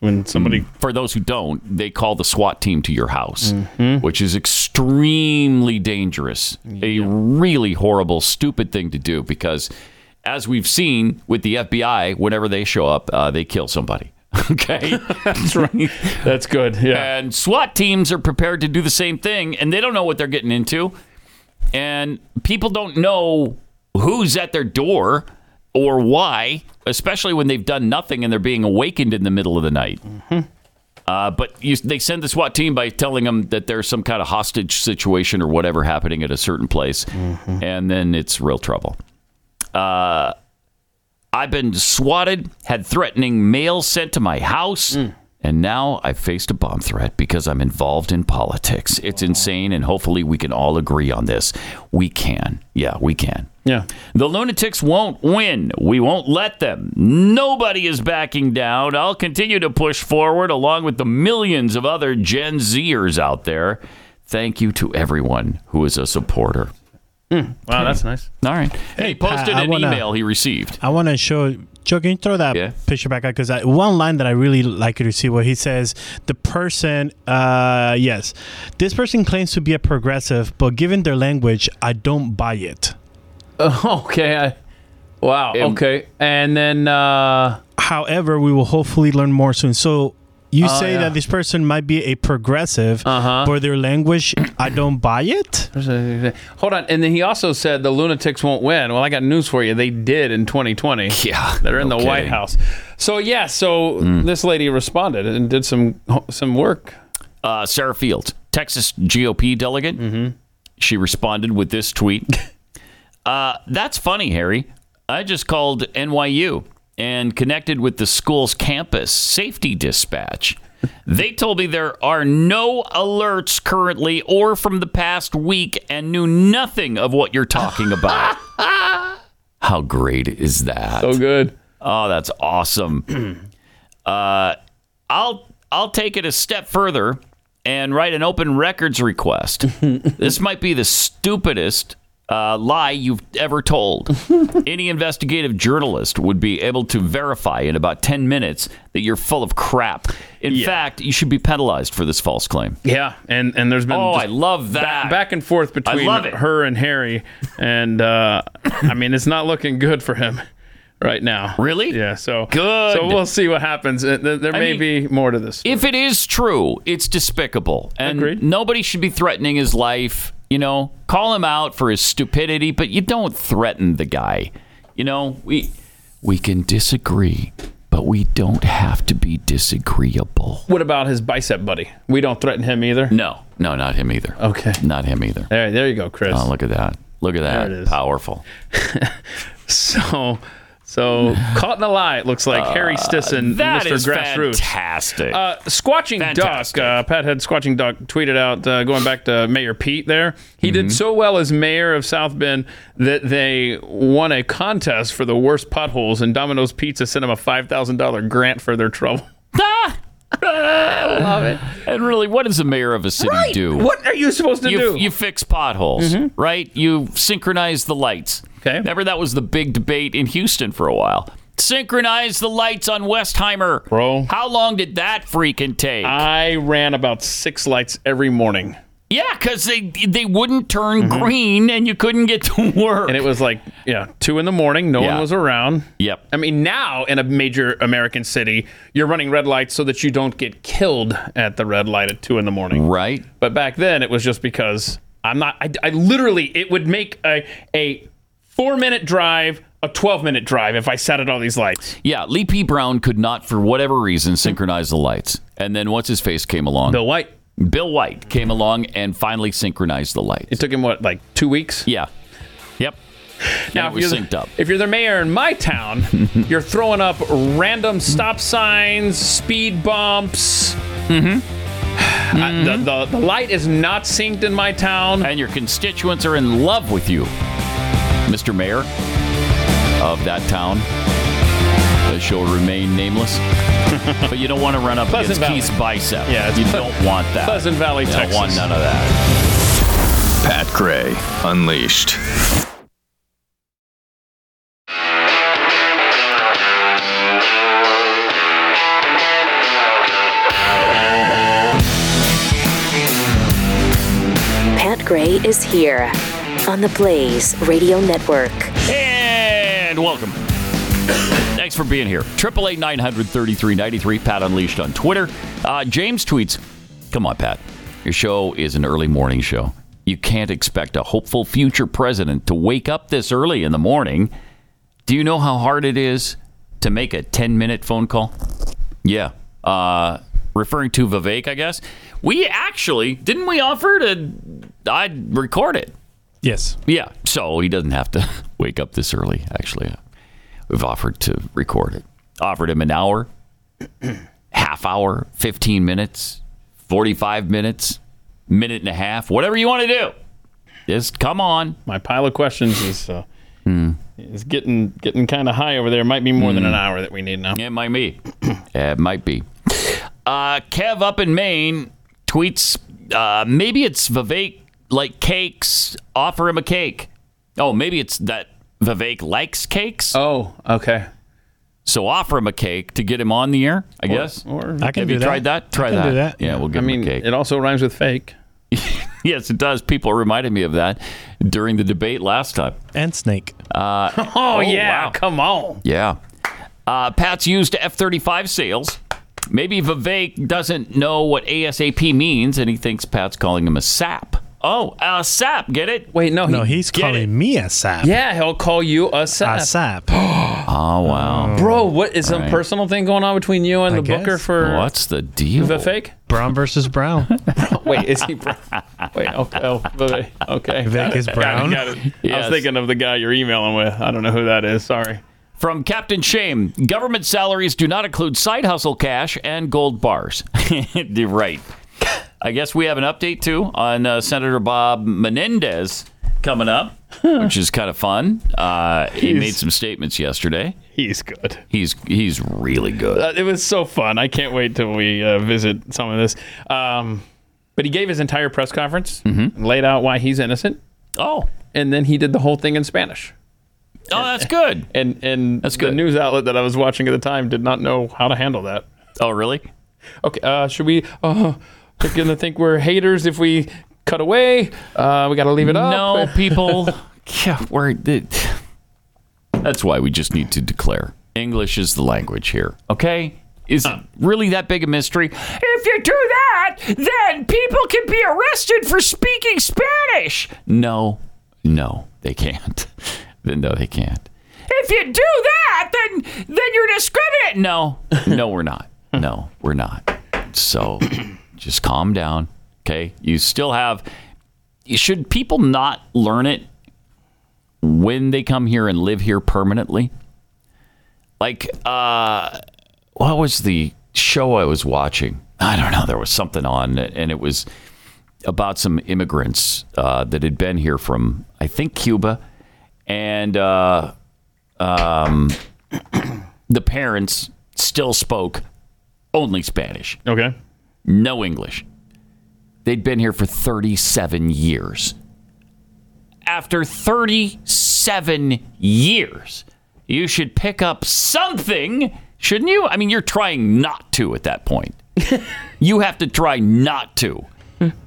When somebody
for those who don't, they call the SWAT team to your house, which is extremely dangerous. A really horrible, stupid thing to do because, as we've seen with the FBI, whenever they show up, uh, they kill somebody. *laughs* Okay. That's right.
That's good. *laughs* Yeah.
And SWAT teams are prepared to do the same thing, and they don't know what they're getting into. And people don't know who's at their door or why, especially when they've done nothing and they're being awakened in the middle of the night. Uh, but you, they send the SWAT team by telling them that there's some kind of hostage situation or whatever happening at a certain place, and then it's real trouble. I've been swatted, had threatening mail sent to my house, and now I've faced a bomb threat because I'm involved in politics. It's insane, and hopefully we can all agree on this. We can. Yeah, we can.
yeah.
The lunatics won't win. We won't let them. Nobody is backing down. I'll continue to push forward along with the millions of other Gen Zers out there. Thank you to everyone who is a supporter.
Wow, that's nice.
All right. And he posted
Pat, I
an
wanna-
email he received.
I want to show. Joe, can you throw that
Yeah.
picture back up? Because one line that I really like you to see where he says, The person, uh, yes, this person claims to be a progressive, but given their language, I don't buy it.
*laughs* Okay. I, wow. okay. And then uh
However, we will hopefully learn more soon. So you say
yeah.
that this person might be a progressive, uh but their language, I don't buy it?
hold on. And then he also said the lunatics won't win. Well, I got news for you. They did in *laughs* 2020.
Yeah,
They're in
no
the White
kidding.
House. So yeah, so this lady responded and did some some work.
uh, Sarah Fields, Texas GOP delegate. She responded with this tweet. uh, That's funny, Harry. I just called NYU and connected with the school's campus safety dispatch. They told me there are no alerts currently or from the past week and knew nothing of what you're talking about. How great is that? So
good.
Oh, that's
*clears throat*
awesome. uh, I'll I'll take it a step further and write an open records request.
*laughs*
this might be the stupidest uh, lie you've ever
*laughs*
told. Any investigative journalist would be able to verify in about ten minutes that you're full of crap. In fact, you should be penalized for this false claim.
Yeah, and and there's been
Oh,
just
I love
ba-
that.
back, and forth between
love it.
her and Harry, and uh, *laughs* I mean it's not looking good for him right now.
Really?
Yeah. So
Good.
So we'll see what happens. Uh, th- There
I
may
mean,
be more to this.
If it is true, it's despicable. And
Agreed.
nobody should be threatening his life. You know, call him out for his stupidity, but you don't threaten the guy. You know, we we can disagree, but we don't have to be disagreeable.
What about his bicep buddy? We don't threaten him either.
No, no, not him either.
Okay.
Not him either.
All right, there you go, Chris.
Oh, look at that. Look at that.
There it is.
Powerful.
*laughs* So, so caught in a lie. It looks like Harry Stisson,
That
Mr.
is
Grassroots.
fantastic.
Uh, Squatching
Fantastic.
Duck, uh, Pathead Squatching Duck tweeted out, uh, going back to Mayor Pete there. He did so well as mayor of South Bend that they won a contest for the worst potholes, and Domino's Pizza sent him a $5,000 grant for their trouble.
*laughs* I love it. And really, what does the mayor of a city do?
*laughs* What are you supposed to
you,
do? Mm-hmm.
you fix potholes, right? You synchronize the lights.
Okay.
Remember that was the big debate in Houston for a while. Synchronize the lights on Westheimer.
Bro. Uh,
How long did that freaking take?
I ran about six lights every morning,
yeah, because they they wouldn't turn green and you couldn't get to *laughs* work.
Mm-hmm. and it was like, yeah, two in the morning. No
Yeah.
one was around.
yep.
I mean, now in a major American city, you're running red lights so that you don't get killed at the red light at two in the morning.
Right?
But back then, it was just because I'm not. I, I literally, it would make a a four minute drive a 12 minute drive if I sat at all these lights.
Yeah, Lee P. Brown could not, for whatever reason, synchronize the lights. And then once his face came along,
Bill White.
Bill White came along and finally synchronized the lights.
It took him what, like two weeks?
Yeah. Yep.
now,
it was
you're the-
synced up.
If you're the mayor in my town, *laughs* you're throwing up random stop signs, speed bumps. *sighs* Mm-hmm. the, the, the light is not synced in my town.
and your constituents are in love with you, Mr. Mayor of that town. That shall
*laughs*
remain nameless. but you don't want to run up
Pleasant
against
Valley.
Keith's bicep.
Yeah, it's
you
Ple-
don't want that.
Pleasant Valley,
you
Texas.
don't want none of that.
Pat Gray Unleashed.
Pat Gray is here on the Blaze Radio Network.
And welcome. Thanks for being here. Triple eight nine hundred thirty three ninety three. Pat Unleashed on Twitter. Uh, James tweets, "Come on, Pat. Your show is an early morning show. You can't expect a hopeful future president to wake up this early in the morning. Do you know how hard it is to make a ten minute phone call? Yeah. Uh, referring to Vivek, I guess. We actually didn't we offer to? I'd record it.
Yes.
Yeah, so he doesn't have to *laughs* wake up this early. Actually, we've offered to record it. Offered him an hour, *clears throat* half hour, fifteen minutes, forty-five minutes, minute and a half, whatever you want to do. Just come on.
my pile of questions is uh, is getting getting kind of high over there. Might be more than an hour that we need now.
It might be. *clears throat* it might be. Uh, Kev up in Maine tweets uh, maybe it's Vivek like cakes. Offer him a cake. Oh, maybe it's that Vivek likes cakes.
Oh, okay.
So offer him a cake to get him on the air, I guess.
Or
I can
Have
do
you
that.
tried that? Try
I can
that.
do that.
Yeah, we'll
I
give him
mean,
a cake.
it also rhymes with fake.
yes, it does. People reminded me of that during the debate last time.
And snake.
Oh, yeah,
wow.
come on.
Yeah. Uh, Pat's used F 35 sales. Maybe Vivek doesn't know what ASAP means and he thinks Pat's calling him a sap. Oh, a sap. Get it?
Wait, no,
No, he's
get
calling
it.
me a sap.
Yeah, he'll call you a
A
sap.
sap.
Oh, wow.
Bro, what is some
Right.
personal thing going on between you and
I
the booker
guess.
for
What's the deal?
the fake?
brown versus brown.
*laughs* Wait, is he? Bro- *laughs* Wait, okay, oh, okay, okay.
Vivek is
Got it,
brown.
got it. I
Yes.
was thinking of the guy you're emailing with. I don't know who that is. Sorry.
From Captain Shame, government salaries do not include side hustle cash and gold bars. *laughs* You're right. I guess we have an update too on uh, Senator Bob Menendez coming up, which is kind of fun. Uh, he
He's-
made some statements yesterday.
He's good.
He's he's really good.
Uh, it was so fun. I can't wait till we uh, visit some of this. Um, but he gave his entire press conference,
Mm-hmm.
and laid out why he's innocent.
Oh,
and then he did the whole thing in Spanish.
Oh, that's good.
And and that's good. The news outlet that I was watching at the time did not know how to handle that.
Oh, really?
Okay. Uh, should we? Uh, they're gonna think we're haters if we cut away. Uh, we got to leave it
No,
up. *laughs*
people. yeah, we're. It, that's why we just need to declare English is the language here. Okay, is it really that big a mystery? If you do that, then people can be arrested for speaking Spanish. No, no, they can't. *laughs* Then no, they can't. If you do that, then then you're discriminate. No, no, we're not. No, we're not. So just calm down. Okay, you still have. Should people not learn it when they come here and live here permanently? Like, uh, what was the show I was watching? I don't know. There was something on, and it was about some immigrants uh, that had been here from, I think, Cuba, and uh, um, *coughs* the parents still spoke only Spanish.
Okay.
No English. They'd been here for 37 years. After 37 years, you should pick up something, shouldn't you? I mean, you're trying not to at
*laughs*
that point. you have to try not to.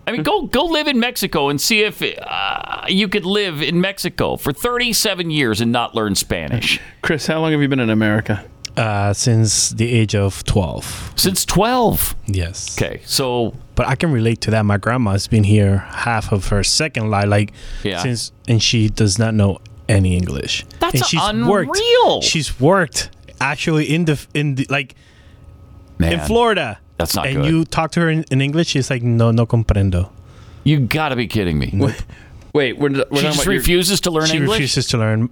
I mean, go go live in Mexico and see if uh, you could live in Mexico for 37 years and not learn Spanish.
Chris, how long have you been in America?
Uh, since the age of 12.
Since 12?
Yes.
Okay, so.
But I can relate to that. My grandma's been here half of her second life, like,
Yeah.
since, and she does not know any English.
That's
and
unreal.
Worked, she's worked actually in the, in the, like, in
Man.
Florida.
That's not
and
good.
you talk to her in, in English, she's like, no, no comprendo.
You gotta be kidding me.
Wait, we're,
She just refuses to learn
she
English?
refuses to learn.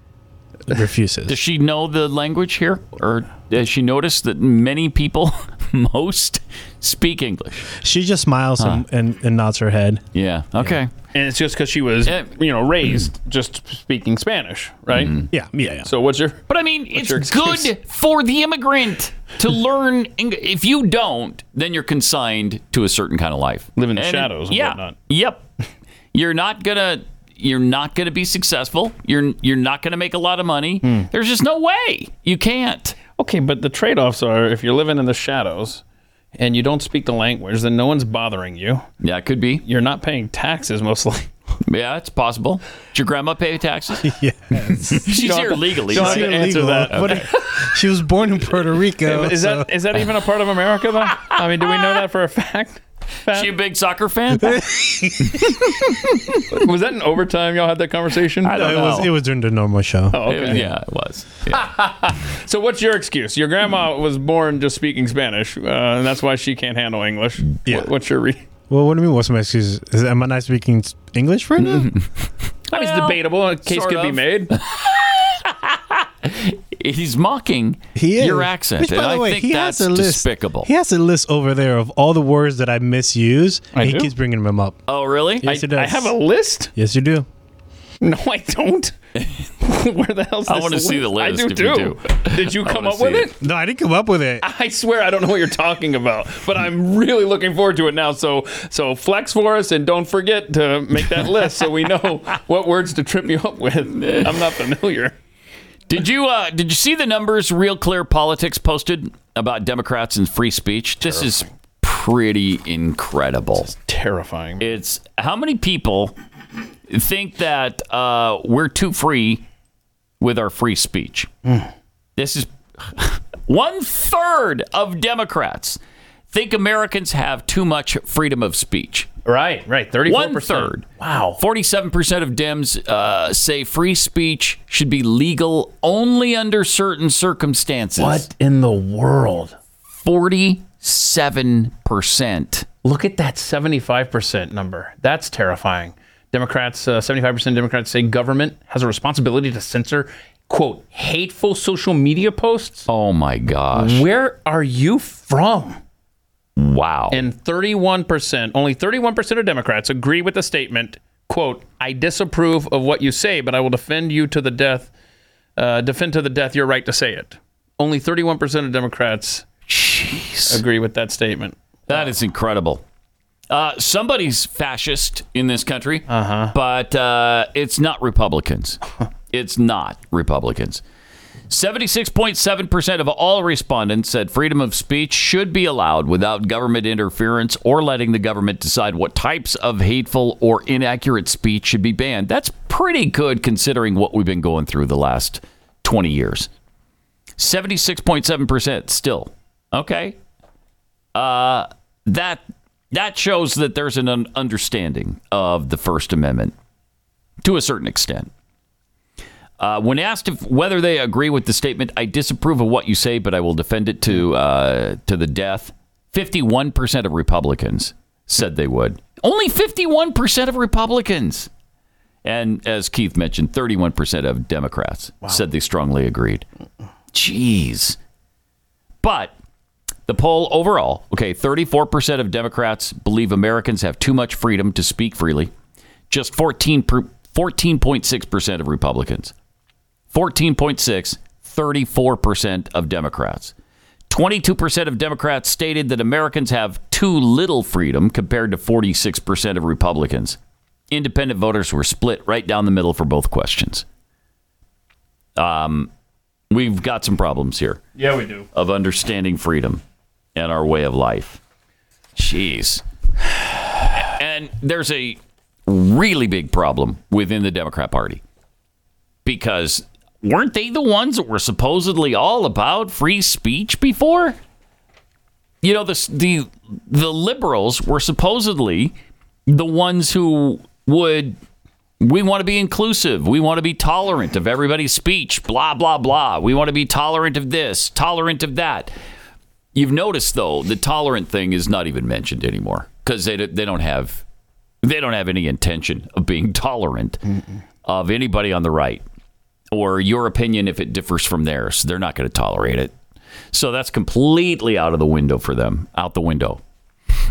*laughs*
Refuses.
Does she know the language here, or has she noticed that many people, *laughs* most, speak English?
She just smiles
Huh.
and, and, and nods her head.
Yeah. Okay.
And it's just because she was, you know, raised just speaking Spanish, right?
Yeah, yeah, yeah.
So what's your?
Mm-hmm. But I mean,
What's your
it's
excuse?
good for the immigrant
*laughs*
to learn. Eng- if you don't, then you're consigned to a certain kind of life. Live
in the shadows and
yeah.
whatnot.
Yep.
*laughs*
You're not gonna. You're not gonna be successful. You're you're not gonna make a lot of money.
Hmm.
There's just no way. You can't.
Okay, but the trade-offs are if you're living in the shadows and you don't speak the language, then no one's bothering you.
Yeah, it could be.
You're not paying
*laughs*
taxes mostly.
Yeah, it's possible. Did your grandma pay taxes? yeah. *laughs* She's
Don't have
here
to-
legally.
don't have
right?
to answer that.
What if- *laughs* she was born in Puerto Rico.
Is that
so-
is that even a part of America though? I mean, do we know that for a fact?
She a big
*laughs*
soccer fan?
Was that in overtime? Y'all had that conversation.
No, it was it was during the normal show.
Oh, okay.
yeah, it was.
*laughs*
So what's your excuse? Your grandma was born just speaking Spanish, uh, and that's why she can't handle English.
Yeah.
What- what's your? Re-
Well, what do you mean? What's my excuse? Is, am I not speaking s- English right now?
I mean, it's
Well,
debatable. A case
sort
could be
of.
made.
He's mocking
He is.
your accent.
Which, by
and
the
I
way,
think
he
that's
has a list.
despicable.
He has a list over there of all the words that I misuse.
I
and
do.
He keeps bringing them up.
oh, really?
Yes,
I,
it does.
I have a list.
Yes, you do.
No, I
*laughs*
don't. Where the hell's
I
this
wanna see the
I do
list if
too.
you do. *laughs*
Did you
I
come
wanna
up with
see
it?
it.
No, I didn't come up with it.
*laughs* I swear I don't know what you're talking about, but I'm really looking forward to it now. So so flex for us and don't forget to make that list so we
*laughs*
know what words to trip you up with. I'm not familiar.
Did you uh, did you see the numbers Real Clear Politics posted about Democrats and free speech? This is pretty incredible.
Terrifying.
It's how many people think that uh, we're too free with our free speech. This is *laughs* one third of Democrats think Americans have too much freedom of speech.
Right, right. 34%.
One third.
Wow.
Forty-seven percent of Dems uh, say free speech should be legal only under certain circumstances.
in the world?
Forty-seven percent.
Look at that 75% number. That's terrifying. Democrats, uh, 75% of Democrats say government has a responsibility to censor
quote hateful social media posts.
Oh my gosh.
Where are you from?
Wow.
And 31%, only 31% of Democrats agree with the statement, quote, I disapprove of what you say, but I will defend you to the death, uh, defend to the death your right to say it. Only 31% of Democrats agree with that statement.
That is incredible. Uh, somebody's fascist in this country, uh-huh. but uh, it's not Republicans. it's not Republicans. 76.7% of all respondents said freedom of speech should be allowed without government interference or letting the government decide what types of hateful or inaccurate speech should be banned. That's pretty good considering what we've been going through the last 20 years. 76.7% still. Okay. Uh, that that shows that there's an un- understanding of the First Amendment to a certain extent. Uh, when asked if whether they agree with the statement, I disapprove of what you say, but I will defend it to uh, to the death. Fifty-one percent of Republicans said they would. Only fifty-one percent of Republicans, and as Keith mentioned, thirty-one percent of Democrats said they strongly agreed. Jeez, but the poll overall, okay, 34% of Democrats believe Americans have too much freedom to speak freely. Just 14 per, 14.6% of Republicans. 14.6, 34% of Democrats. 22% of Democrats stated that Americans have too little freedom compared to 46% of Republicans. Independent voters were split right down the middle for both questions. Um, we've got some problems here
Yeah, we do.
of understanding freedom and our way of life. Jeez. And there's a really big problem within the Democrat Party because weren't they the ones that were supposedly all about free speech before? You know, the the, the liberals were supposedly the ones who would we want to be inclusive. We want to be tolerant of everybody's speech, blah, blah, blah. We want to be tolerant of this, tolerant of that. You've noticed, though, the tolerant thing is not even mentioned anymore because they, don't- they don't have. They don't have any intention of being *laughs* tolerant of anybody on the right or your opinion if it differs from theirs. They're not going to tolerate it. So that's completely out of the window for them. Out the window.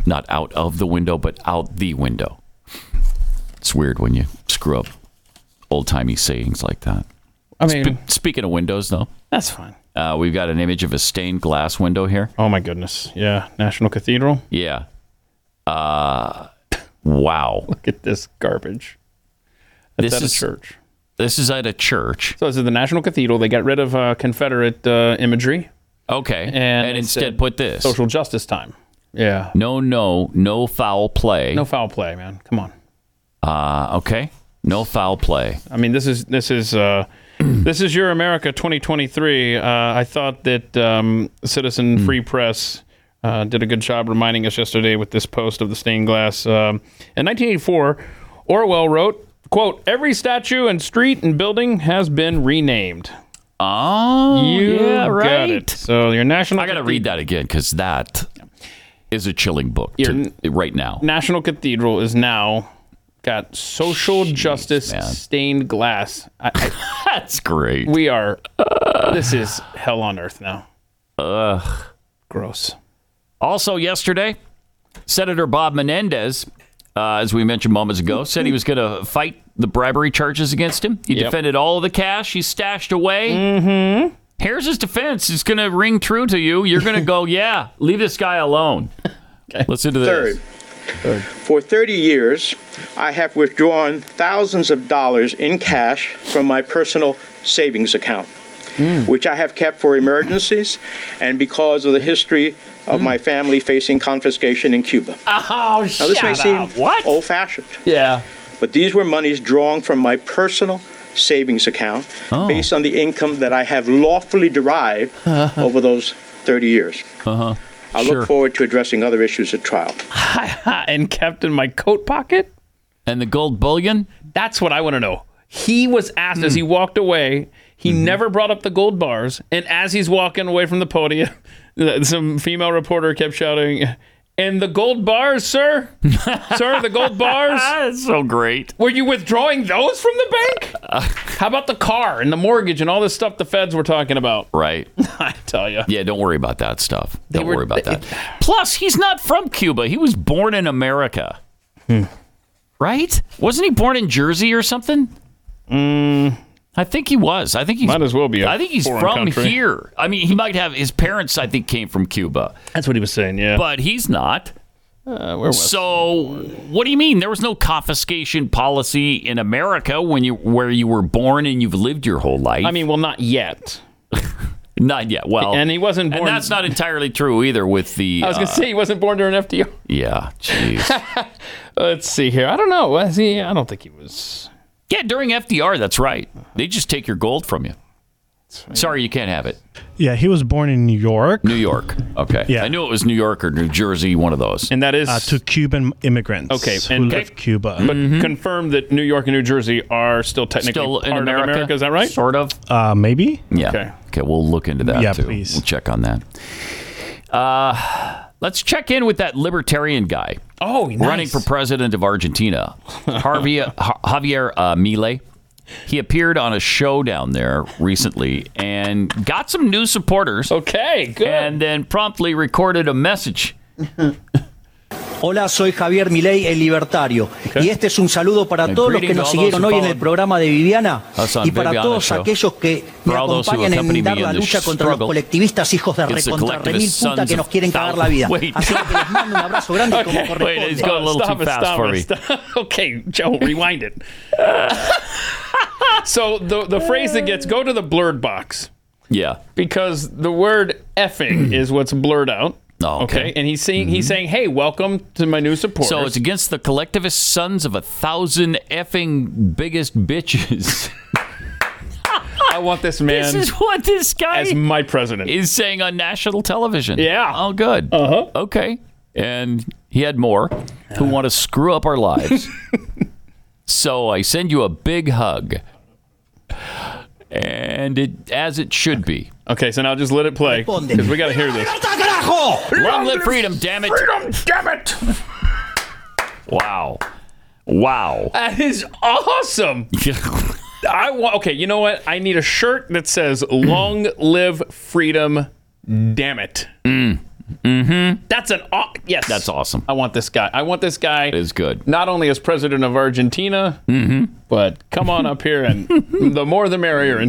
Not out of the window, but out the window. It's weird when you screw up old timey sayings like that.
I mean-
Sp- speaking of windows, though,
That's fine.
uh, we've got an image of a stained glass window here.
Oh, my goodness. Yeah. National Cathedral.
Yeah. Uh, wow.
Look at this garbage. That's
This
at a
is-
church.
This is at a church.
So this is the National Cathedral. They got rid of uh, Confederate uh, imagery.
Okay. And, instead,
said
put this
Social justice time. Yeah.
No, no, no foul play.
No foul play, man. Come on.
Uh, okay. No foul play.
I mean, this is this is *clears throat* uh, this is your America 2023. Uh, I thought that um, Citizen Free Press uh, did a good job reminding us yesterday with this post of the stained glass. Um, in 1984, Orwell wrote, "quote Every statue and street and building has been renamed."
Oh,
you
yeah,
got
right.
it. So your national.
I got to read that again because that is a chilling book to, right now.
National Cathedral is now got social justice stained glass. I, I,
That's great.
we are. this is hell on earth now.
Ugh.
Gross.
Also, yesterday, Senator Bob Menendez, uh, as we mentioned moments ago, said he was going to fight the bribery charges against him. He
Yep.
defended all of the cash he stashed away. Mm-hmm. Here's his defense. It's going to ring true to you. You're going to *laughs* go, yeah, leave this guy alone. Listen to this.
Third, for 30 years, I have withdrawn thousands of dollars in cash from my personal savings account, which I have kept for emergencies and because of the history of my family facing confiscation in Cuba.
Oh,
Now, this may seem old fashioned. Yeah. But these were monies drawn from my personal savings account
Oh.
based on the income that I have lawfully
*laughs*
derived over those 30 years.
Uh-huh.
Uh huh.
I
Sure.
look forward to addressing other issues at trial.
*laughs* and kept in my coat pocket.
And the gold bullion?
That's what I want to know. He was asked as he walked away. He never brought up the gold *laughs* bars. And as he's walking away from the podium, some female reporter kept shouting, And the gold bars, *laughs* sir? sir, the gold bars? That's
so great.
Were you withdrawing those from the *laughs* bank? How about the car and the mortgage and all this stuff the feds were talking about?
Right.
I tell you.
Yeah, don't worry about that stuff. Don't worry about that. Plus, he's not from Cuba. He was born in America.
Hmm.
Right? Wasn't he born in Jersey or something?
Mm.
I think he was. I think he
Might as well be a
I think he's
foreign
from
country.
here. I mean, he might have his parents. I think came from Cuba.
That's what he was saying. Yeah,
but he's not.
Uh, where was
so, what do you mean? There was no confiscation policy in America when you where you were born and you've lived your whole life.
I mean, well, not yet.
not yet. Well,
And he wasn't born-
And that's not entirely true either. With the
I was going
uh,
to say he wasn't born during FDR.
yeah, jeez.
*laughs* Let's see here. I don't know. Was he? I don't think he was.
yeah, during FDR, that's right. They just take your gold from you. Sorry, you can't have it.
Yeah, he was born in New York.
New York. Okay.
Yeah.
I knew it was New York or New Jersey, one of those.
And that is
uh, to Cuban immigrants.
Okay,
who
and-
left Cuba.
But confirm that New York and New Jersey are still technically
Mm-hmm. Still in
part
America?
of America. Is that right?
Sort of.
uh, maybe.
Yeah.
Okay.
Okay. we'll look into that
Yeah,
too.
please.
We'll check on that. Uh, let's check in with that libertarian guy.
Oh,
running for president of Argentina, Javier, Javier uh, Milei. He appeared on a show down there recently and got some new supporters.
Oh, Okay, good.
And then promptly recorded a message.
Hola, soy Javier Milei, el libertario. Y este es un saludo para
And
todos los que
greetings
nos
to all
siguieron
those
hoy
who
en el
followed
programa de Viviana
us on
y para
Viviana
todos
show.
aquellos que me
For all those who
acompañan
accompany
en
me
dar
in
la
this
lucha contra los
struggle
colectivistas hijos de
against the
recontra remil
collectivist
puta
sons
que
of
nos quieren cagar la vida.
thousands.
Así que les mando un abrazo grande como
Wait,
corresponde.
it's going a little
Stop
too
it,
fast
stop
for
it, *laughs*
me.
stop- Okay, Joe, rewind it. so the the phrase that gets go to the blurred box
Yeah.
because the word
*clears throat*
effing is what's blurred out.
Oh, okay. Mm-hmm.
And he's saying he's saying, "Hey, welcome to my new support."
So it's against the collectivist sons of a thousand effing biggest bitches.
I want this man
This is what this guy
as my president.
is saying on national television.
Yeah. Uh-huh.
Oh, good. Uh huh. Okay. And he had more who want to screw up
*laughs*
our lives. so I send you a big hug. And it as it should be.
Okay, so now just let it play because we got to hear this.
carajo!
Long live freedom, damn it.
Freedom, damn it!
Wow. Wow. *laughs*
That is awesome. I want. Okay, you know what? I need a shirt that says "Long Live Freedom." Damn it.
Mm. Mm-hmm.
That's an aw- yes.
That's awesome.
I want this guy. I want this guy.
It is Mm-hmm. good.
Not only as president of Argentina, but come on up here and
*laughs*
the more the merrier in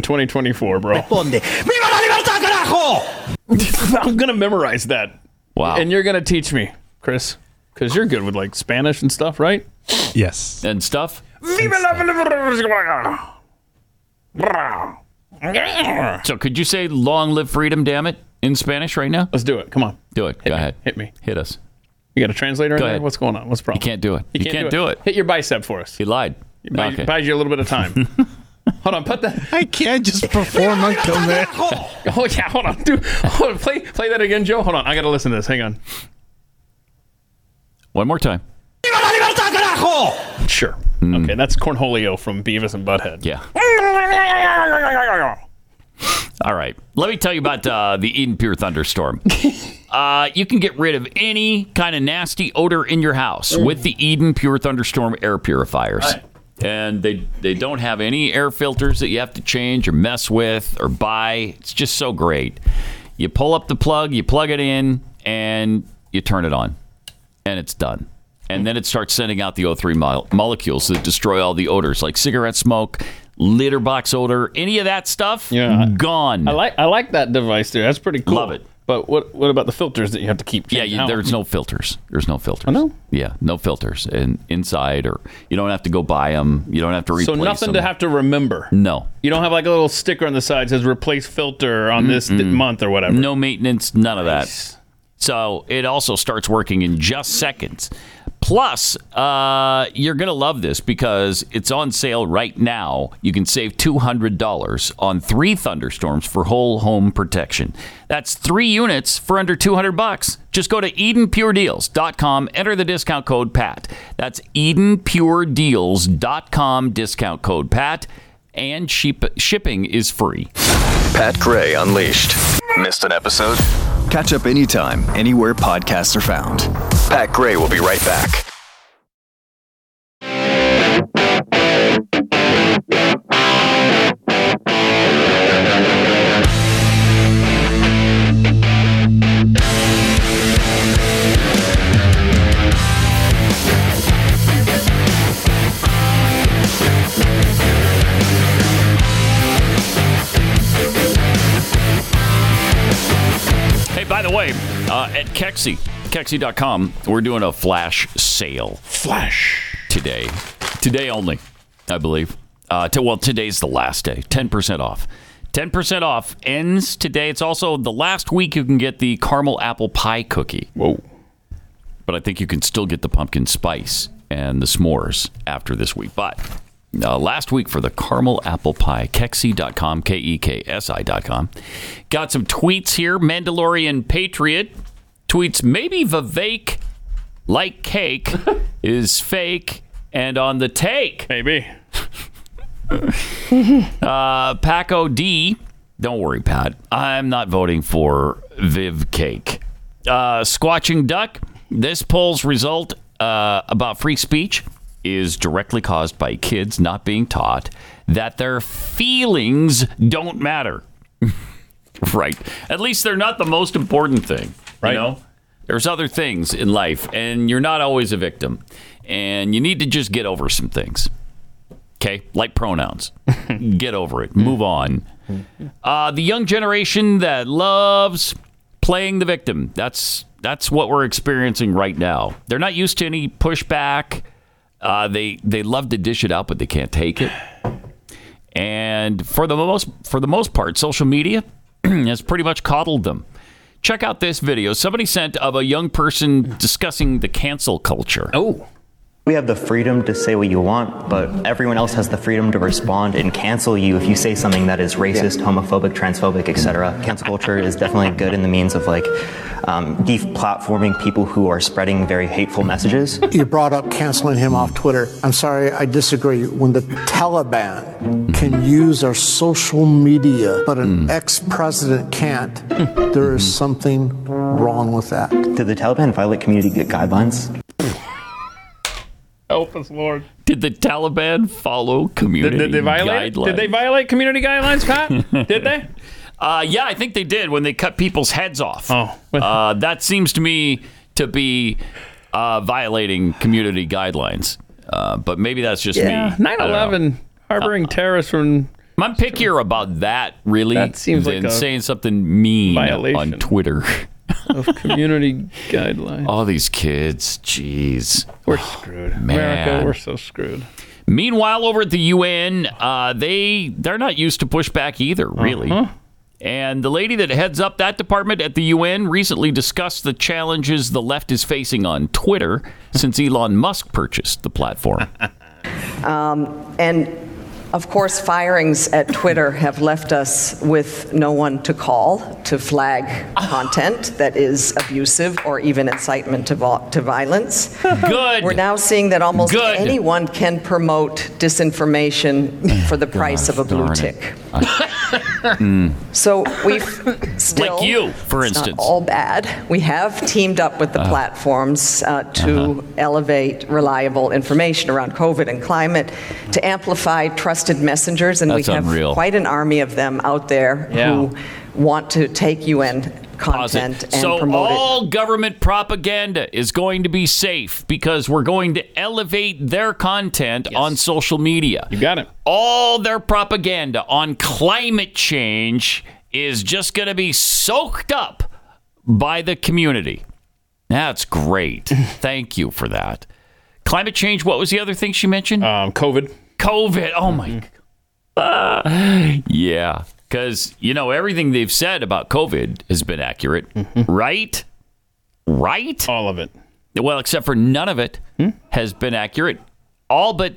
*laughs*
2024, bro.
¡Viva la libertad, carajo!
*laughs* I'm gonna memorize that.
Wow.
And you're gonna teach me, Chris, because you're good with like Spanish and stuff, right?
Yes.
And stuff. So could you say long live freedom, damn it, in Spanish right now?
Let's do it. Come on.
Do it. Go ahead.
Hit me.
Hit us.
You got a translator in
Go
there?
ahead.
What's going on? What's the problem?
You can't do it. You, can't, do it.
Hit your bicep for us.
He lied.
Buy-
Okay.
Buys you a little bit of time.
*laughs*
hold on, put that.
I can't just perform on command.
Oh yeah, hold on, dude. Hold on, play play that again, Joe. Hold on, I gotta listen to this. Hang on.
One more time.
¡Viva la libertad, carajo!
Sure. Okay, that's Cornholio from Beavis and Butthead.
Mm. Yeah. All right. Let me tell you about uh, the Eden Pure Thunderstorm. Uh, you can get rid of any kind of nasty odor in your house with the Eden Pure Thunderstorm air purifiers. And they, they don't have any air filters that you have to change or mess with or buy. It's just so great. You pull up the plug, you plug it in, and you turn it on. And it's done. And then it starts sending out the O3 mo- molecules that destroy all the odors, like cigarette smoke, litter box odor, any of that stuff.
Yeah.
Gone.
I like I like that device there. That's pretty cool.
Love it.
But what what about the filters that you have to keep?
Yeah,
changing
you,
out?
there's no filters. There's no filters.
Oh, no?
Yeah, no filters. And inside, or you don't have to go buy them. You don't have to replace
so nothing to
them.
have to remember.
No,
You don't have like a little sticker on the side that says replace filter on this th- month or whatever.
no maintenance, none of that. So it also starts working in just seconds. Plus, uh, you're gonna love this because it's on sale right now. You can save two hundred dollars on three thunderstorms for whole home protection. That's three units for under two hundred bucks. Just go to EdenPureDeals.com. Enter the discount code Pat. That's EdenPureDeals.com. Discount code Pat, and cheap shipping is free.
Pat Gray Unleashed. Missed an episode? Catch up anytime, anywhere podcasts are found. Pat Gray will be right back.
Hey, by the way, uh, at Kexi, Kexi.com, we're doing a flash sale. Flash. Today. Today only, I believe. Uh, to, well, today's the last day. 10% off. 10% off ends today. It's also the last week you can get the caramel apple pie cookie. Whoa. But I think you can still get the pumpkin spice and the s'mores after this week. But uh, last week for the caramel apple pie, kexi.com, K E K S I.com. Got some tweets here. Mandalorian Patriot tweets maybe Vivek, like cake, *laughs* is fake and on the take. Maybe. uh, Paco D. Don't worry, Pat. I'm not voting for Viv Cake. Uh, Squatching Duck. This poll's result uh, about free speech is directly caused by kids not being taught that their feelings don't matter. *laughs* right. At least they're not the most important thing. Right. You know? There's other things in life, and you're not always a victim. And you need to just get over some things. Okay? Like pronouns. *laughs* Get over it. Move on. Uh, the young generation that loves playing the victim. That's that's what we're experiencing right now. They're not used to any pushback. Uh, they they love to dish it out, but they can't take it. And for the most for the most part, social media *clears throat* has pretty much coddled them. Check out this video somebody sent of a young person discussing the cancel culture. Oh.
We have the freedom to say what you want, but everyone else has the freedom to respond and cancel you if you say something that is racist, homophobic, transphobic, etc. Cancel culture is definitely good in the means of like um, deplatforming people who are spreading very hateful messages.
You brought up canceling him off Twitter. I'm sorry, I disagree. When the Taliban can use our social media, but an ex president can't, there is something wrong with that.
Did the Taliban violate community guidelines?
Help us, Lord.
Did the Taliban follow community
Did, did they violate?
guidelines?
Did they violate community guidelines,
*laughs*
Pat? did they?
Uh, yeah, I think they did when they cut people's heads off. Oh, uh, that seems to me to be uh, violating community guidelines. Uh, but maybe that's just
Yeah,
me.
9/11 harboring terrorists from.
I'm pickier about that really
That seems
than
like a
saying something mean
violation.
on Twitter. *laughs*
Of community guidelines.
All these kids, jeez, Oh,
We're screwed.
man.
America, we're so screwed.
Meanwhile, over at the UN, uh, they they're not used to pushback either, really. And the lady that heads up that department at the UN recently discussed the challenges the left is facing on Twitter since Elon Musk purchased
*laughs*
the platform.
Um, and of course, firings at Twitter have left us with no one to call to flag content that is abusive or even incitement to, vo- to violence.
Good.
We're now seeing that almost
Good.
anyone can promote disinformation for the price of a blue
Mm. darn it.
tick.
Mm.
So we've still,
Like you, for
it's not
instance.
all bad. We have teamed up with the
Uh.
platforms uh, to
Uh-huh.
elevate reliable information around COVID and climate, to amplify trusted messengers, and
That's
we have
unreal.
quite an army of them out there
Yeah.
who want to take UN
Pause it.
content and
so
promote it.
all government propaganda is going to be safe because we're going to elevate their content on social media. You got it. All their propaganda on climate change is just going to be soaked up by the community.
*laughs*
That's great. Thank you for that. Climate change. What was the other thing she mentioned? Um, COVID. COVID. Oh my *sighs* yeah, because you know everything they've said about COVID has been accurate, right? Right? All of it. Well, except for none of it has been accurate. All but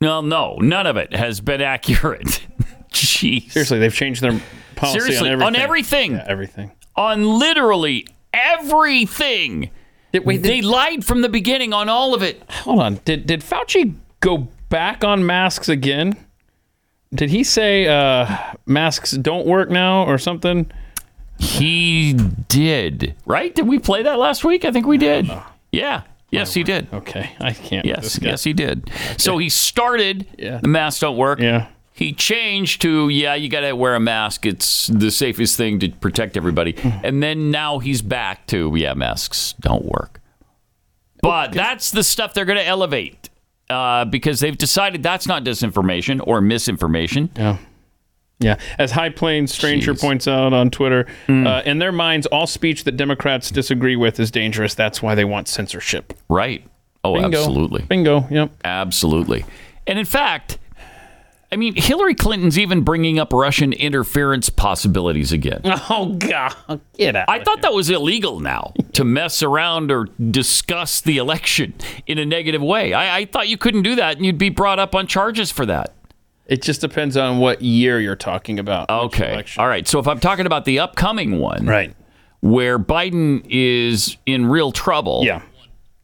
well, no, none of it has been accurate. *laughs* Jeez.
Seriously, they've changed their policy
Seriously,
on
on
everything.
everything.
Yeah, everything.
on literally everything. they lied from the beginning on all of it.
Hold on. Did did Fauci go back on masks again? Did he say uh, masks don't work now or something?
He did, right? Did we play that last week? I think we did. Yeah. Yes, he did.
Oh, Okay. I can't. with this
Yes,
guy.
yes, he did. So he started. The masks don't work. Yeah. He changed to yeah, you got to wear a mask. It's the safest thing to protect everybody.
Hmm.
and then now he's back to yeah, masks don't work. But that's the stuff they're going to elevate uh, because they've decided that's not disinformation or misinformation.
Yeah. Yeah. As High Plains Stranger points out on Twitter, uh, in their minds, all speech that Democrats disagree with is dangerous. That's why they want censorship.
Right. Oh,
Bingo.
absolutely.
Bingo. Yep.
Absolutely. And in fact, I mean, Hillary Clinton's even bringing up Russian interference possibilities *laughs* again.
Oh God, get out!
I thought that was illegal now to mess around or discuss the election in a negative way. I, I thought you couldn't do that and you'd be brought up on charges for that.
It just depends on what year you're talking about.
Okay. All right. So if I'm talking about the upcoming one, right, where Biden is in real trouble, yeah,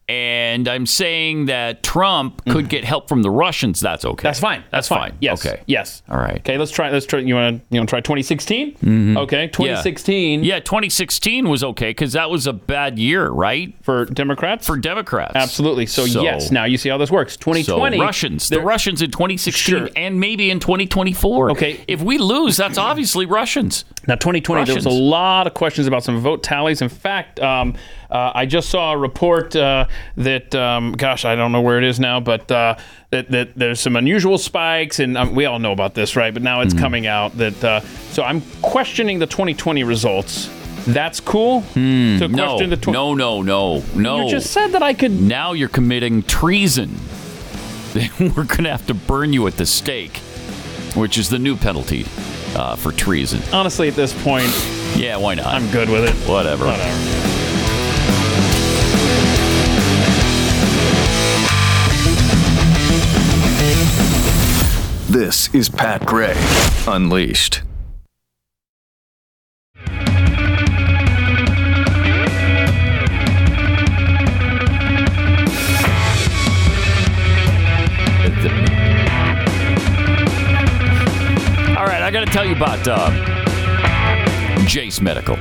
and I'm saying that Trump could get help from the Russians, that's okay. Mm. That's
fine.
That's, fine.
Yes.
Okay.
Yes.
All right.
Okay. Let's try. Let's try. You want to? You want to try 2016?
Mhm.
Okay.
Yeah.
2016.
Yeah, 2016 was okay because that was a bad year, right?
For Democrats?
For Democrats.
Absolutely. So, yes. Now you see how this works. 2020.
So Russians. The
they're-
Russians in 2016 and maybe in 2024. Okay. If we lose, that's obviously Russians.
Now, 2020,
Russians.
there was a lot of questions about some vote tallies. In fact, um, uh, I just saw a report uh, that, um, gosh, I don't know where it is now, but uh, that, that there's some unusual spikes, and um, we all know about this, right? But now it's
Mm-hmm.
coming out that, uh, so I'm questioning the 2020 results. That's cool. to
Hmm, no,
question the tw-
no, no, no, no.
You just said that I could.
Now you're committing treason. *laughs* We're going to have to burn you at the stake, which is the new penalty uh, for treason.
Honestly, at this point,
yeah, why not? I'm
good with it.
Whatever.
This is Pat Gray Unleashed.
*laughs* All right, I got to tell you about uh, Jace Medical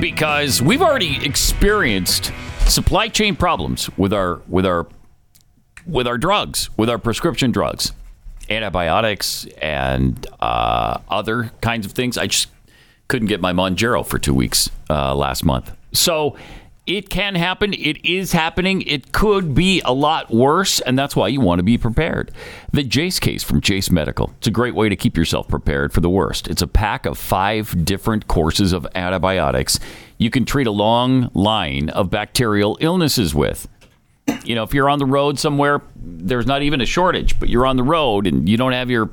because we've already experienced supply chain problems with our with our with our drugs, with our prescription drugs, antibiotics, and uh, other kinds of things. I just couldn't get my Monjero for two weeks uh, last month, so. It can happen. It is happening. It could be a lot worse, and that's why you want to be prepared. The Jace case from Jace Medical. It's a great way to keep yourself prepared for the worst. It's a pack of five different courses of antibiotics you can treat a long line of bacterial illnesses with you know, if you're on the road somewhere, there's not even a shortage, but you're on the road and you don't have your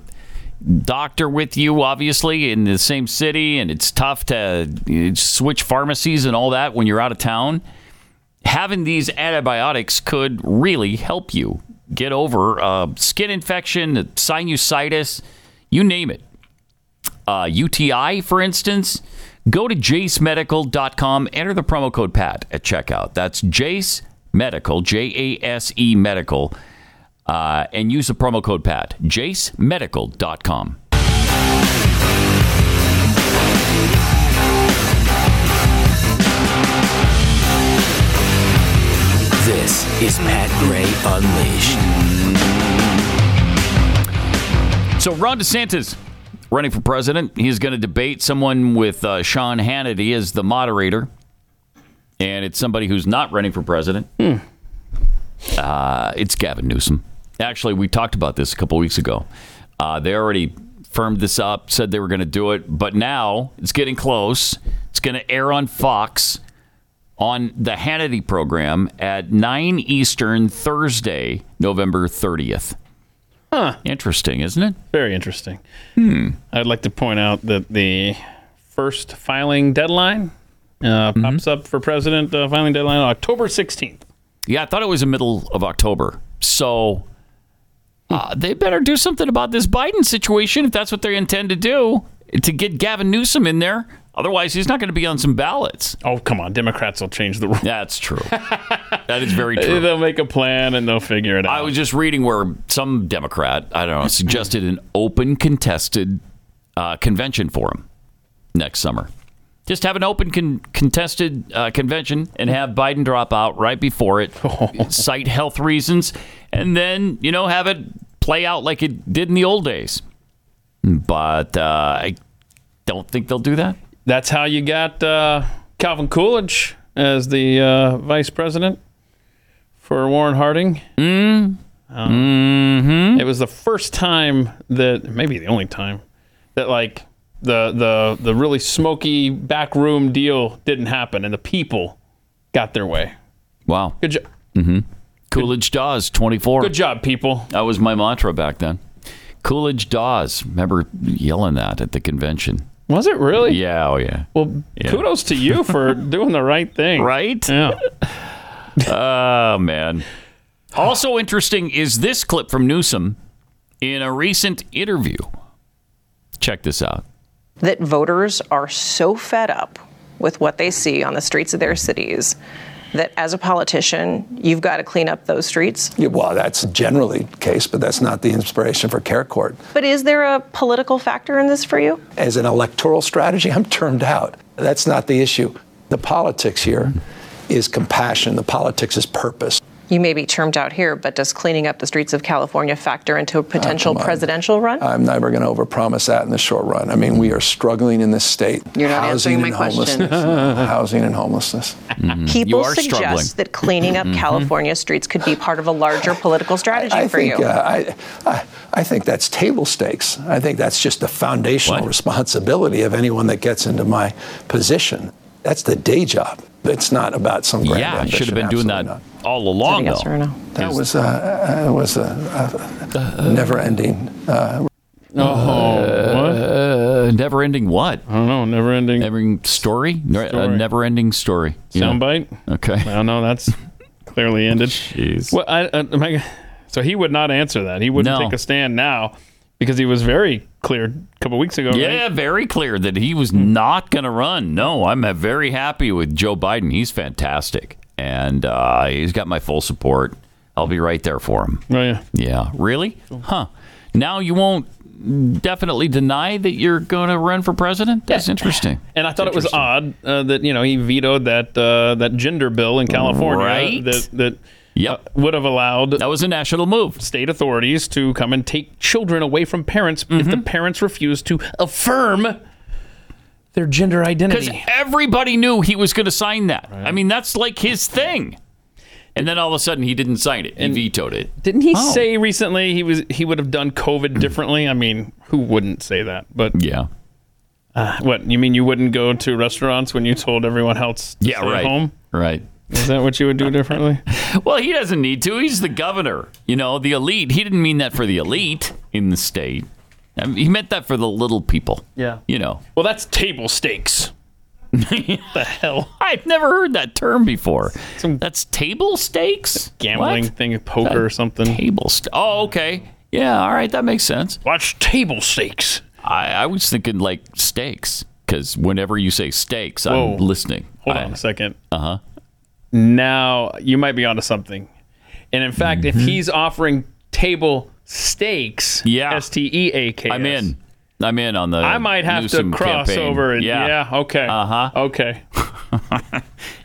doctor with you, obviously, in the same city, and it's tough to uh, switch pharmacies and all that when you're out of town. Having these antibiotics could really help you get over uh, skin infection, sinusitis, you name it uh, UTI, for instance, go to jacemedical.com, enter the promo code PAT at checkout. That's Jace Medical, J A S E Medical, uh, and use the promo code PAT, jacemedical.com.
This is Pat Gray Unleashed.
So Ron DeSantis running for president. He's going to debate someone with uh, Sean Hannity as the moderator, and it's somebody who's not running for president. Uh, it's Gavin Newsom. Actually, we talked about this a couple weeks ago. Uh, they already firmed this up, said they were going to do it, but now it's getting close. It's going to air on Fox on the Hannity program at 9 Eastern Thursday, November 30th.
Huh.
Interesting, isn't it?
Very interesting. I'd like to point out that the first filing deadline uh, pops up for president uh, filing deadline on October 16th.
Yeah, I thought it was the middle of October. So uh, they better do something about this Biden situation if that's what they intend to do to get Gavin Newsom in there. Otherwise, he's not going to be on some ballots.
Oh, come on. Democrats will change the rules.
That's true. *laughs* that is very
*laughs*
true.
They'll make a plan and they'll figure it out.
I was just reading where some Democrat,
*laughs*
I don't know, suggested an open contested uh, convention for him next summer. Just have an open con- contested uh, convention and have Biden drop out right before
*laughs*
it, cite health reasons, and then you know have it play out like it did in the old days. But uh, I don't think they'll do that.
That's how you got uh, Calvin Coolidge as the uh, vice president for Warren Harding. Mm. mm-hmm. It was the first time that, maybe the only time, that like the the the really smoky backroom deal didn't happen, and the people got their way.
Wow.
Good job.
Mm-hmm. Coolidge Dawes, 24.
Good job, people.
That was my mantra back then. Coolidge Dawes. Remember yelling that at the convention.
Was it really?
Yeah, oh yeah.
Well,
Yeah.
kudos to you *laughs* for doing the right thing.
Right?
Yeah.
oh man. Also interesting is this clip from Newsom in a recent interview. Check this out.
that voters are so fed up with what they see on the streets of their cities that as a politician, you've got to clean up those streets.
Yeah, well, that's generally the case, but that's not the inspiration for Care Court.
But is there a political factor in this for you?
As an electoral strategy, I'm turned out. That's not the issue. The politics here is compassion, the politics is purpose.
You may be termed out here, but does cleaning up the streets of California factor into a potential presidential run?
I'm never going to overpromise that in the short run. I mean, we are struggling in this state.
You're not
housing
answering my
and
question.
homelessness. No, *laughs* housing and homelessness.
People suggest that cleaning up
Mhm.
California streets could be part of a larger political strategy
I
for
think,
you.
Uh, I, I, I think that's table stakes. I think that's just the foundational responsibility of anyone that gets into my position. That's the day job. It's not about some grand
yeah, I
ambition.
should have been doing that
Absolutely
all along
Is
though.
it a yes or a not. That was uh, uh, was a, a never-ending. Uh,
Oh, what? Never ending what? I
don't know. Never ending.
story? Ne- A never ending story. Yeah.
Soundbite.
Okay.
I don't know. That's clearly ended.
Jeez.
Well, I, uh, am I- so he would not answer that. He wouldn't
No.
take a stand now because he was very clear a couple weeks ago.
*laughs* Yeah,
right?
very clear that he was not going to run. No, I'm uh, very happy with Joe Biden. He's fantastic, and uh, he's got my full support. I'll be right there for him.
Oh yeah,
yeah. Really? Huh? Now you won't definitely deny that you're going to run for president. That's interesting.
*laughs* And I thought it was odd uh, that you know he vetoed that uh, that gender bill in California
Right.
that that uh, would have allowed that
was a national move
state authorities to come and take children away from parents if
Mm-hmm.
the parents refuse to affirm their gender
Because
identity.
everybody knew he was going to sign that. I mean, that's like his thing. And then all of a sudden, he didn't sign it. He vetoed it.
Didn't he
Oh.
say recently he was he would have done COVID differently? I mean, who wouldn't say that? But
yeah.
Uh, what you mean? You wouldn't go to restaurants when you told everyone else? To
Yeah,
stay
right.
Home?
Right.
Is that what you would do
*laughs*
differently?
Well, he doesn't need to. He's the governor. You know, the elite. He didn't mean that for the elite in the state. I mean, he meant that for the little people.
Yeah.
You know.
Well, that's table stakes. *laughs* the hell?
I've never heard that term before. That's table stakes?
Gambling
What?
thing, poker or something.
Table st- Oh, okay. Yeah, all right. That makes sense.
Watch table stakes.
I, I was thinking like steaks because whenever you say steaks,
Whoa.
I'm listening.
Hold on a second.
Uh huh.
Now you might be onto something. And in fact,
Mm-hmm.
if he's offering table stakes,
Yeah.
S T E A K,
I'm in. I'm in on the.
I might have
Newsom
to cross
campaign.
over. And, yeah. Okay.
Uh huh.
Okay.
*laughs*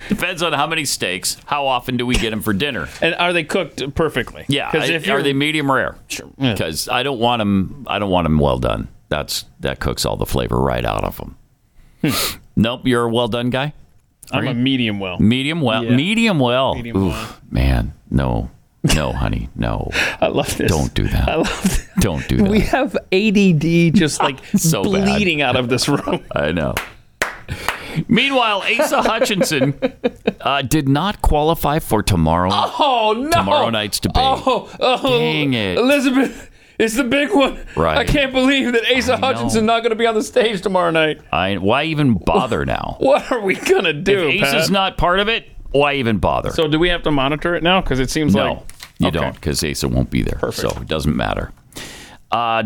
Depends on how many steaks. How often do we get them for dinner?
And are they cooked perfectly?
Yeah.
'Cause
I-
if
are
you're-
they medium rare? Sure. Because I don't want them. I don't want them well done. That's that cooks all the flavor right out of them.
Hmm.
nope. You're a well done guy. Are
I'm a
you?
medium well.
Medium well.
Yeah.
Medium well.
Medium
Oof, man. No. No, honey.
*laughs*
No.
I love this.
Don't do that.
I love this.
Don't do that.
*laughs* We have ADD
*laughs*
just like
So bad.
bleeding out of this room. *laughs*
I know. Meanwhile, Asa Hutchinson uh, did not qualify for tomorrow.
Oh no!
Tomorrow night's debate.
Oh, oh,
Dang it.
Elizabeth, it's the big one.
Right.
I can't believe that Asa Hutchinson's not going to be on the stage tomorrow night.
I, why even bother now?
What are we gonna do?
if Asa's
Pat?
not part of it, why even bother?
So do we have to monitor it now? Because it seems
no,
like
you
Okay.
don't, because Asa won't be there. So it doesn't matter. Uh,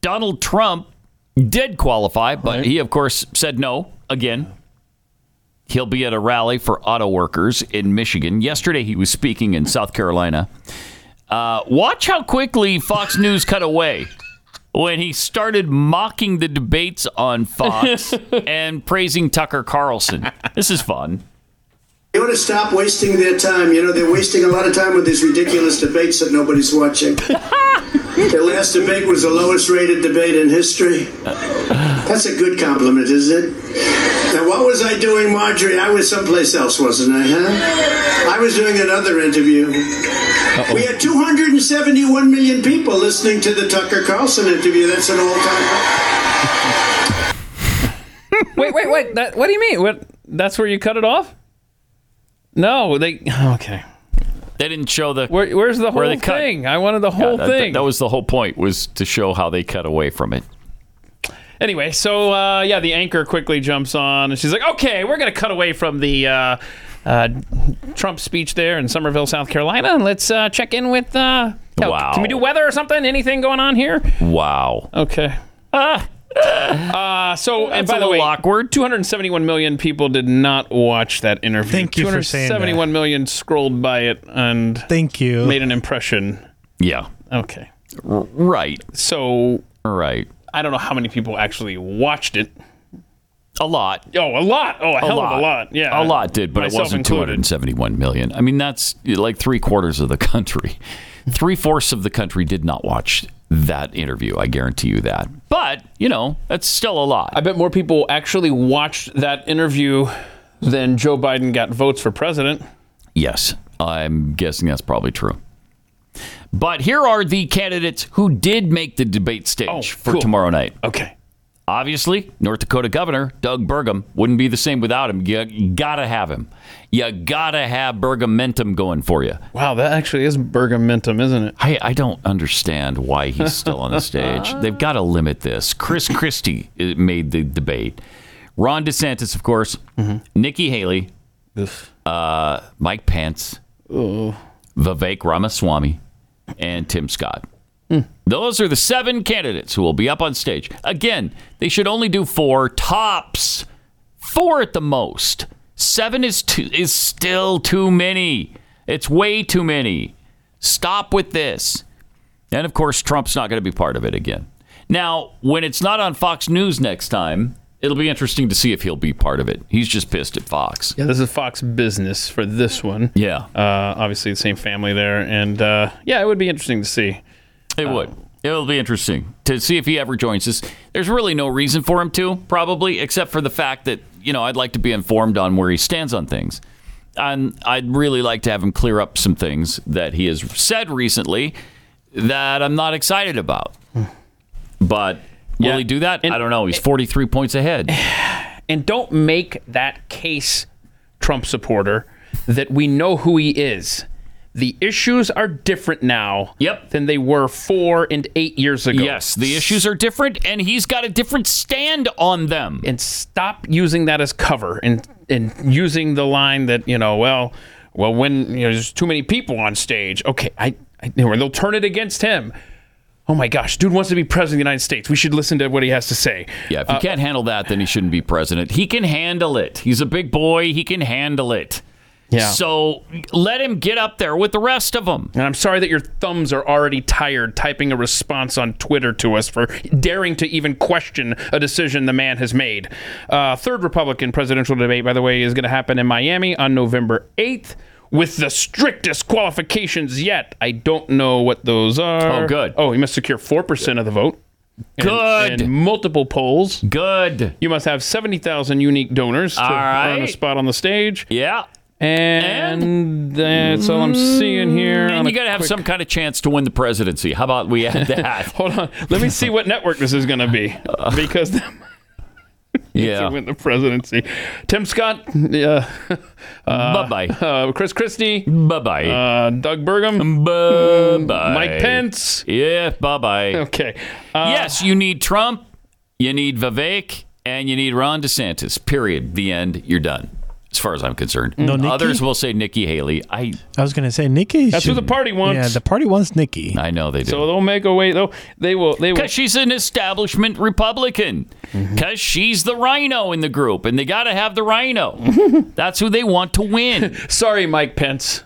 Donald Trump did qualify, but he, of course, said no again. He'll be at a rally for auto workers in Michigan. Yesterday, he was speaking *laughs* in South Carolina. Uh, watch how quickly Fox News cut away when he started mocking the debates on
*laughs*
Fox and praising Tucker Carlson. This is fun.
They ought to stop wasting their time. You know, they're wasting a lot of time with these ridiculous debates that nobody's watching. Their last debate was the lowest rated debate in history. That's a good compliment, is it? Now, what was I doing, Marjorie? I was someplace else, wasn't I, huh? I was doing another interview. We had 271 million people listening to the Tucker Carlson interview. That's an all time.
wait, wait, wait. That, what do you mean? What? That's where you cut it off? No, they. *laughs* Okay.
They didn't show the
Where, where's the
Where
whole
they cut.
thing? I wanted the whole
that,
thing.
That, that was the whole point was to show how they cut away from it.
Anyway, so uh, yeah, the anchor quickly jumps on, and she's like, "Okay, we're going to cut away from the uh, uh, Trump speech there in Somerville, South Carolina, and let's uh, check in with." Uh, hell,
Wow.
Can we do weather or something? Anything going on here?
Wow.
Okay. Uh, so, and
That's
by
a
the way,
little
awkward. 271 million people did not watch that interview.
Thank you for saying that.
271 million scrolled by it and
Thank you.
made an impression.
Yeah.
Okay.
Right.
So,
right.
I don't know how many people actually watched it.
A lot.
Oh, a lot. Oh, a, hell of a lot. Yeah,
a lot did, but it
Myself
wasn't
included.
271 million. I mean, that's like three quarters of the *laughs* country. Three fourths of the country did not watch that interview. I guarantee you that. But you know, that's still a lot.
I bet more people actually watched that interview than Joe Biden got votes for president.
Yes, I'm guessing that's probably true. But here are the candidates who did make the debate stage
Oh,
for tomorrow night.
Okay.
Obviously, North Dakota Governor Doug Burgum wouldn't be the same without him. You gotta have him. You gotta have Burgumentum going for you.
Wow, that actually is Bergamentum, isn't it?
I, I don't understand why he's still on the stage. They've got to limit this. Chris Christie uh, made the debate. Ron DeSantis, of course. Nikki Haley. Uh, Mike Pence. Vivek Ramaswamy. And Tim Scott. Those are the seven candidates who will be up on stage. Again, they should only do four tops, four at the most. Seven is too, is still too many. It's way too many. Stop with this. And of course, Trump's not going to be part of it again. Now, when it's not on Fox News next time, it'll be interesting to see if he'll be part of it. He's just pissed at Fox.
Yeah, this is Fox Business for this one.
Yeah.
Uh, obviously, the same family there. And uh, yeah, it would be interesting to see.
It would. It'll be interesting to see if he ever joins us. There's really no reason for him to, probably, except for the fact that, you know, I'd like to be informed on where he stands on things. And I'd really like to have him clear up some things that he has said recently that I'm not excited about. But will he do that? I don't know. He's 43 points ahead.
And don't make that case, Trump supporter, that we know who he is. The issues are different now yep. than they were four and eight years ago.
Yes, the issues are different, and he's got a different stand on them.
And stop using that as cover and and using the line that you know, well, well, when you know, there's too many people on stage. Okay, I, I or they'll turn it against him. Oh my gosh, dude wants to be president of the United States. We should listen to what he has to say.
Yeah, if he can't handle that, then he shouldn't be president. He can handle it. He's a big boy. He can handle it.
Yeah.
So let him get up there with the rest of them.
And I'm sorry that your thumbs are already tired typing a response on Twitter to us for daring to even question a decision the man has made. Uh, third Republican presidential debate, by the way, is going to happen in Miami on November 8th with the strictest qualifications yet. I don't know what those are.
Oh, good.
Oh, he must secure 4% of the vote. And-
Good.
And multiple polls.
Good.
You must have 70,000 unique donors to
All right.
earn a spot on the stage.
Yeah.
And, that's all I'm seeing here. on
And
a
you got to have
quick-
some kind of chance to win the presidency. How about
*laughs*
we add that?
Hold on. Let me see what network this is going to be because they
*laughs*
*laughs*
yeah.
win the presidency. Tim Scott. Yeah. *laughs* Uh,
Bye-bye.
Uh, Chris Christie.
Bye-bye.
Uh, Doug Burgum.
Bye-bye.
Mike Pence. Uh,
Yeah,
*laughs*
bye-bye.
Okay.
yes, you need Trump, you need Vivek, and you need Ron DeSantis. Period. The end. You're done. As far as I'm concerned.
No Nikki?
Others will say Nikki Haley. I
I was gonna say Nikki.
That's who
should-
the party wants.
Yeah, the party wants Nikki.
I know they do.
So they'll make a way. Though they will. They will.
Because she's an establishment Republican. Because she's the rhino in the group, and they got to have the rhino. That's who they want to win.
Sorry, Mike Pence.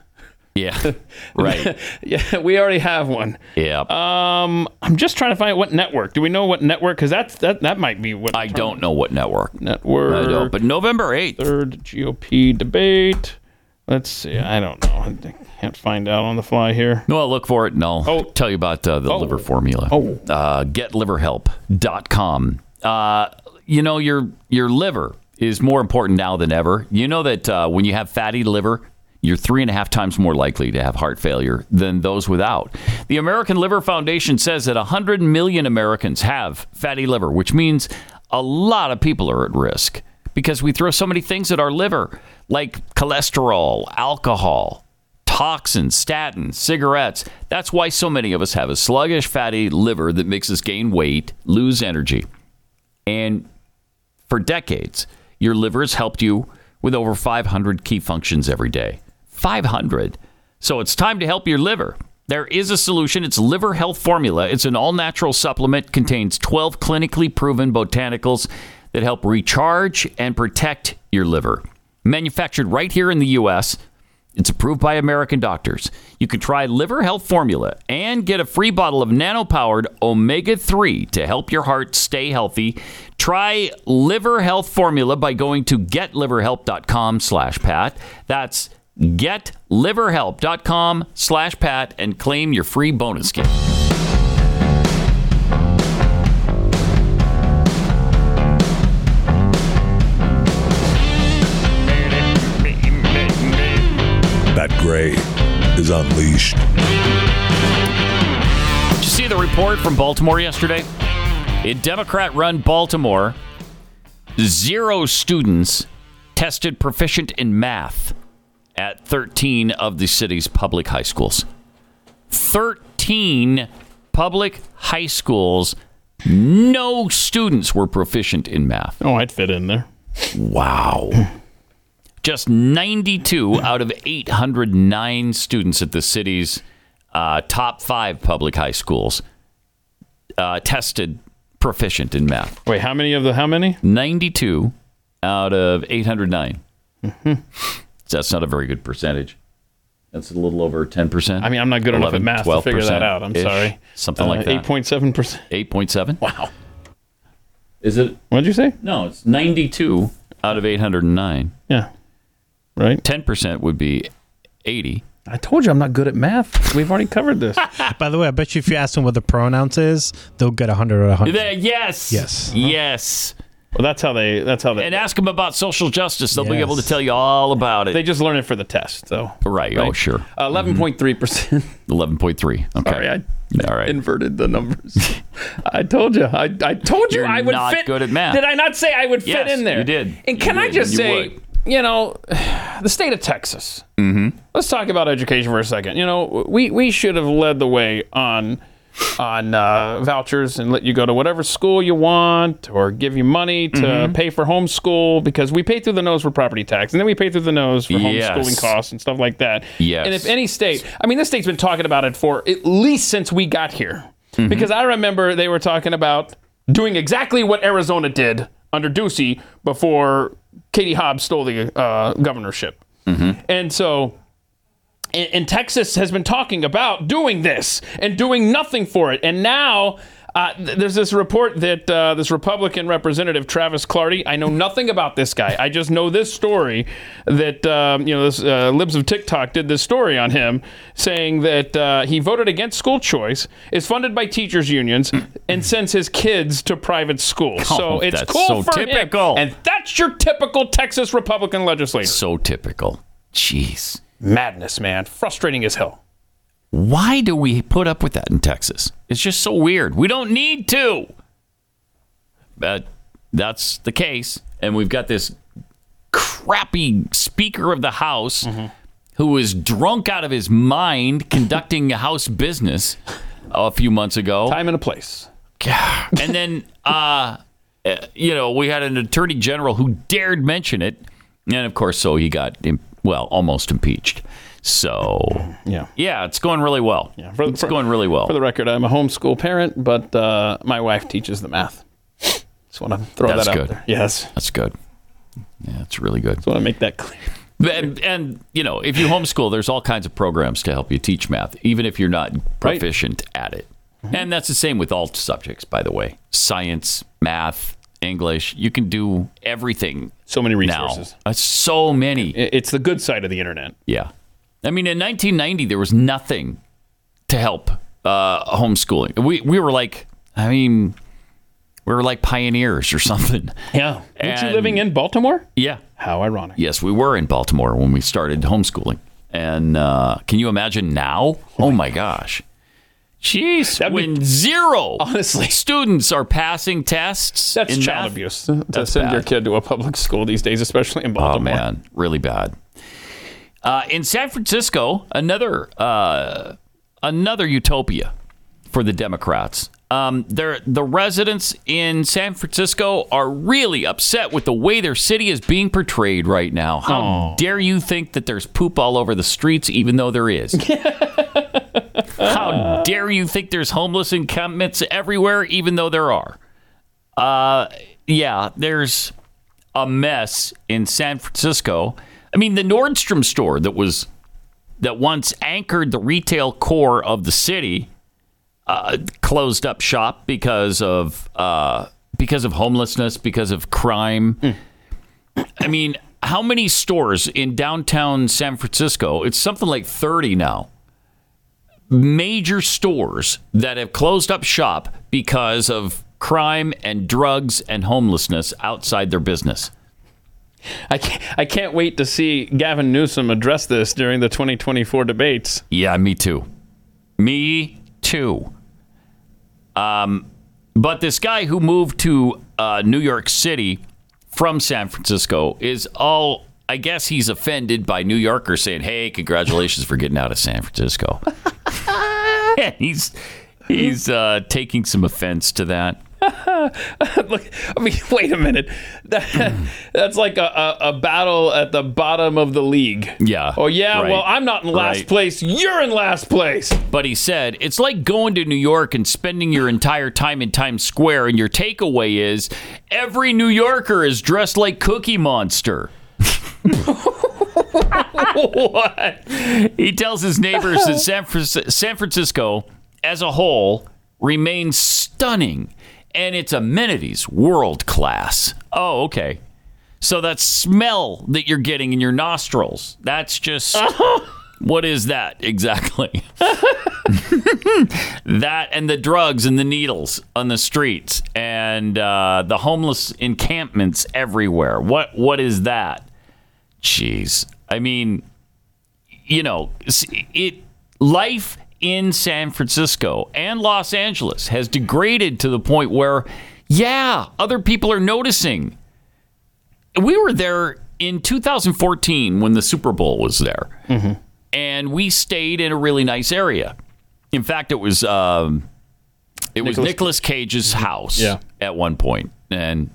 Yeah. Right.
*laughs* yeah, we already have one.
Yeah.
Um, I'm just trying to find what network. Do we know what network? Because that's that that might be what I
don't know what network.
Network.
I don't, but November eighth,
third GOP debate. Let's see. I don't know. I can't find out on the fly here.
No, I'll look for it and I'll tell you about uh, the liver formula. Oh. Uh, getliverhelp.com. Uh, you know, your, your liver is more important now than ever. You know that uh, when you have fatty liver, you're three and a half times more likely to have heart failure than those without. The American Liver Foundation says that 100 million Americans have fatty liver, which means a lot of people are at risk because we throw so many things at our liver, like cholesterol, alcohol, toxins, statins, cigarettes. That's why so many of us have a sluggish, fatty liver that makes us gain weight, lose energy. And for decades, your liver has helped you with over 500 key functions every day. 500. So it's time to help your liver. There is a solution. It's Liver Health Formula. It's an all natural supplement, contains 12 clinically proven botanicals that help recharge and protect your liver. Manufactured right here in the U.S., it's approved by American doctors. You can try Liver Health Formula and get a free bottle of nano-powered omega-3 to help your heart stay healthy. Try Liver Health Formula by going to getliverhelp.com slash Pat. That's getliverhelp.com slash Pat and claim your free bonus gift.
Pat Gray is unleashed.
Did you see the report from Baltimore yesterday? In Democrat run Baltimore, zero students tested proficient in math at 13 of the city's public high schools. 13 public high schools, no students were proficient in math.
Oh, I'd fit in there.
Wow. Just 92 out of 809 students at the city's uh, top five public high schools uh, tested proficient in math.
Wait, how many of the how many?
92 out of 809.
Mm-hmm.
That's not a very good percentage. That's a little over 10%.
I mean, I'm not good enough at
11,
math to figure that
12%
out. I'm
-ish,
sorry.
Something
Uh,
like that.
8.7%.
8.7?
Wow.
Is it?
What did you say?
No, it's 92 out of 809.
Yeah.
Right? 10% would be 80.
I told you I'm not good at math. We've already covered *laughs* this.
By the way, I bet you if you ask them what the pronouns is, they'll get 100 out of 100.
There- yes.
Yes.
Uh-huh.
Yes.
Well, that's how they. That's how they.
And ask them about social justice. They'll be able to tell you all about it.
They just learn it for the test, though.
Right. Oh,
Right. Uh,
sure.
Eleven point three percent.
11.3. Okay.
Sorry, I
all right.
inverted the numbers. I told you. I, I told you
You're
I would
not
fit.
good at math.
Did I not say I would fit
Yes,
in there?
you did.
And
You
can I
did.
just
You
say,
would.
you know, *sighs* the state of Texas.
Mm-hmm.
Let's talk about education for a second. You know, we we should have led the way on on uh, vouchers and let you go to whatever school you want or give you money to
Mm-hmm.
pay for homeschool because we pay through the nose for property tax and then we pay through the nose for
Yes.
homeschooling costs and stuff like that.
Yes.
And if any state, I mean, this state's been talking about it for at least since we got here. Because I remember they were talking about doing exactly what Arizona did under Ducey before Katie Hobbs stole the uh, governorship. And so. And, and Texas has been talking about doing this and doing nothing for it. And now uh, th- there's this report that uh, this Republican representative Travis Clardy. I know nothing about this guy. I just know this story that um, you know this uh, libs of TikTok did this story on him, saying that uh, he voted against school choice, is funded by teachers
*clears throat*
unions, and sends his kids to private school. so
Oh,
it's
that's
cool
so
for
typical.
him. And that's your typical Texas Republican legislator.
So typical. Jeez.
Madness, man. Frustrating as hell.
Why do we put up with that in Texas? It's just so weird. We don't need to. But that's the case. And we've got this crappy Speaker of the House who is drunk out of his mind conducting a House business a few months ago.
Time and a place.
and then uh, uh, you know we had an attorney general who dared mention it and of course so he got im- well almost impeached so
Yeah.
yeah it's going really well yeah,
for-
it's
for-
going really well
For the record, I'm a homeschool parent, but uh, my wife teaches the math. Just want to throw
that's
that out
good
there. Yes.
that's good yeah that's really good
Just want to make that clear.
And, and you know, if you homeschool, there's all kinds of programs to help you teach math, even if you're not proficient at it.
Mm-hmm.
And that's the same with all subjects, by the way. Science, math, English. You can do everything.
So many
resources. so many.
It's the good side of the internet.
Yeah. I mean, in 1990, there was nothing to help uh, homeschooling. We we were like, I mean, we were like pioneers or *laughs* something.
Yeah. Weren't you
And-
living in Baltimore?
Yeah.
How ironic.
Yes, we were in Baltimore when we started homeschooling. And uh, can you imagine now? Oh my gosh. Jeez,
*laughs*
when zero honestly students are passing tests,
That's
in
child
math,
abuse. To
that's
send your
bad.
kid to a public school these days, especially in
Oh
Baltimore.
man, really bad. Uh, in San Francisco, another uh, another utopia for the Democrats. Um, they're- the residents in San Francisco are really upset with the way their city is being portrayed right now. How dare you think that there's poop all over the streets, even though there is? How dare you think there's homeless encampments everywhere, even though there are? Uh, yeah, there's a mess in San Francisco. I mean, the Nordstrom store that was that once anchored the retail core of the city uh, closed up shop because of uh, because of homelessness, because of crime. I mean, how many stores in downtown San Francisco? It's something like thirty now major stores that have closed up shop because of crime and drugs and homelessness outside their business.
I can't, I can't wait to see Gavin Newsom address this during the 2024 debates.
Yeah, me too. Me too. Um, but this guy who moved to uh, New York City from San Francisco is all. I guess he's offended by New Yorkers saying, "Hey, congratulations for getting out of San Francisco." *laughs* and he's he's uh, taking some offense to that.
*laughs* Look, I mean, wait a minute. That, *laughs* that's like a, a, a battle at the bottom of the league.
Yeah.
Oh, yeah,
right,
well, I'm not in last
right.
place. You're in last place.
But he said, it's like going to New York and spending your entire time in Times Square, and your takeaway is every New Yorker is dressed like Cookie Monster. *laughs*
what?
He tells his neighbors that San, Fran- San Francisco, as a whole, remains stunning, and its amenities world class. Oh, okay. So that smell that you're getting in your nostrils, that's just. What is that exactly? that and the drugs and the needles on the streets and uh, the homeless encampments everywhere. What what is that? Jeez, I mean, you know, s- it life in San Francisco and Los Angeles has degraded to the point where, yeah, other people are noticing. We were there in 2014 when the Super Bowl was there and we stayed in a really nice area. In fact, it was um, it
Nicolas-
was
Mm-hmm.
Nicolas Cage's house
Yeah.
at one point, and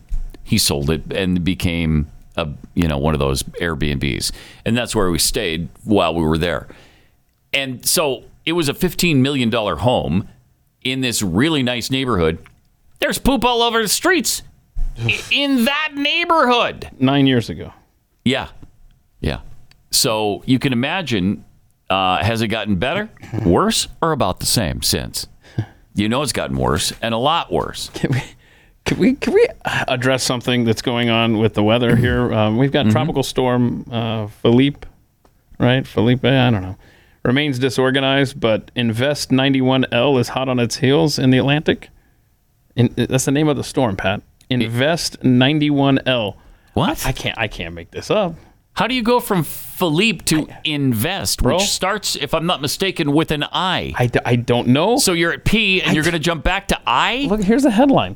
he sold it and became a you know one of those Airbnbs, and that's where we stayed while we were there. And so it was a fifteen million dollar home in this really nice neighborhood. There's poop all over the streets i- in that neighborhood.
Nine years ago.
Yeah. Yeah. So you can imagine uh, has it gotten
*laughs*
better, worse, or about the same since? You know it's gotten worse and a lot worse.
Can we can we address something that's going on with the weather
Mm-hmm.
here? Um, we've got tropical storm uh, Philippe, right? Felipe, I don't know. Remains disorganized, but Invest 91L is hot on its heels in the Atlantic. In, that's the name of the storm, Pat. Invest 91L.
What?
I, I can't I can't make this up.
How do you go from Philippe to invest,
Bro.
which starts, if I'm not mistaken, with an I?
I, d- I don't know.
So you're at P and you're going to jump back to I?
Look, here's the headline.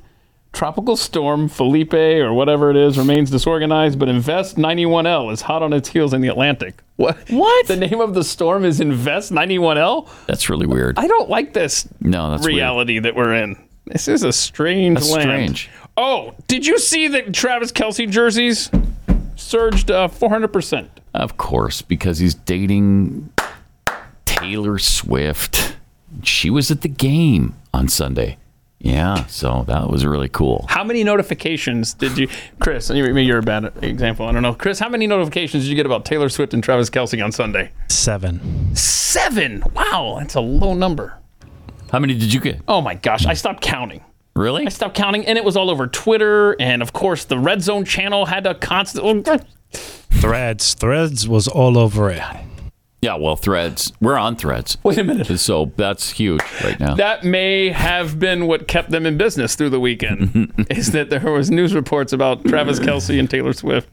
Tropical storm Felipe or whatever it is remains disorganized, but Invest 91L is hot on its heels in the Atlantic. What?
What?
The name of the storm is Invest 91L?
That's really weird.
I don't like this
No, that's weird.
reality that we're in. This is a strange
That's
land.
strange.
Oh, did you see that Travis Kelsey jerseys surged uh, 400%?
Of course, because he's dating Taylor Swift. She was at the game on Sunday. Yeah, so that was really cool.
How many notifications did you, Chris? and you- Maybe you're a bad example. I don't know, Chris. How many notifications did you get about Taylor Swift and Travis Kelsey on Sunday?
Seven.
Seven. Wow, that's a low number.
How many did you get?
Oh my gosh, I stopped counting.
Really?
I stopped counting, and it was all over Twitter, and of course the Red Zone channel had a constant. oh,
Threads. Threads
Oh,
was all over it.
Yeah, well, threads. We're on threads.
Wait a minute.
So that's huge right now.
That may have been what kept them in business through the weekend. is that there was news reports about Travis Kelsey and Taylor Swift.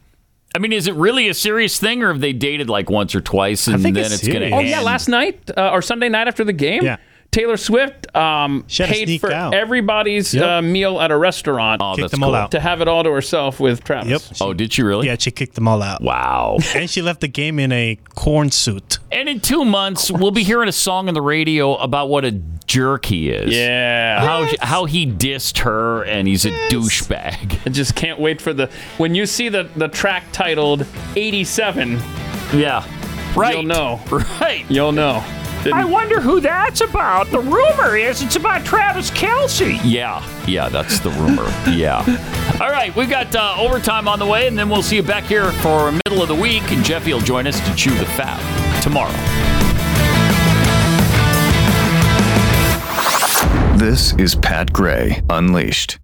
I mean, is it really a serious thing, or have they dated like once or twice, and then it's, going to
Oh yeah, last night uh, or Sunday night after the game. Yeah. Taylor Swift um,
had to
paid
sneak
for
out.
everybody's
Yep.
uh, meal at a restaurant. Oh,
Kicked that's them all cool. out.
To have it all to herself with Travis.
Oh, did she really?
Yeah, she kicked them all out.
Wow.
*laughs* and she left the game in a corn suit.
And in two months, we'll be hearing a song on the radio about what a jerk he is.
Yeah.
How, how he dissed her and he's a douchebag. *laughs*
I just can't wait for the when you see the the track titled "87."
Yeah. Right.
You'll know.
*laughs* Right.
You'll know. Didn't-
I wonder who that's about. The rumor is it's about Travis Kelsey.
Yeah. Yeah, that's the rumor. yeah. All right, we've got uh, overtime on the way, and then we'll see you back here for middle of the week, and Jeffy will join us to chew the fat tomorrow.
This is Pat Gray Unleashed.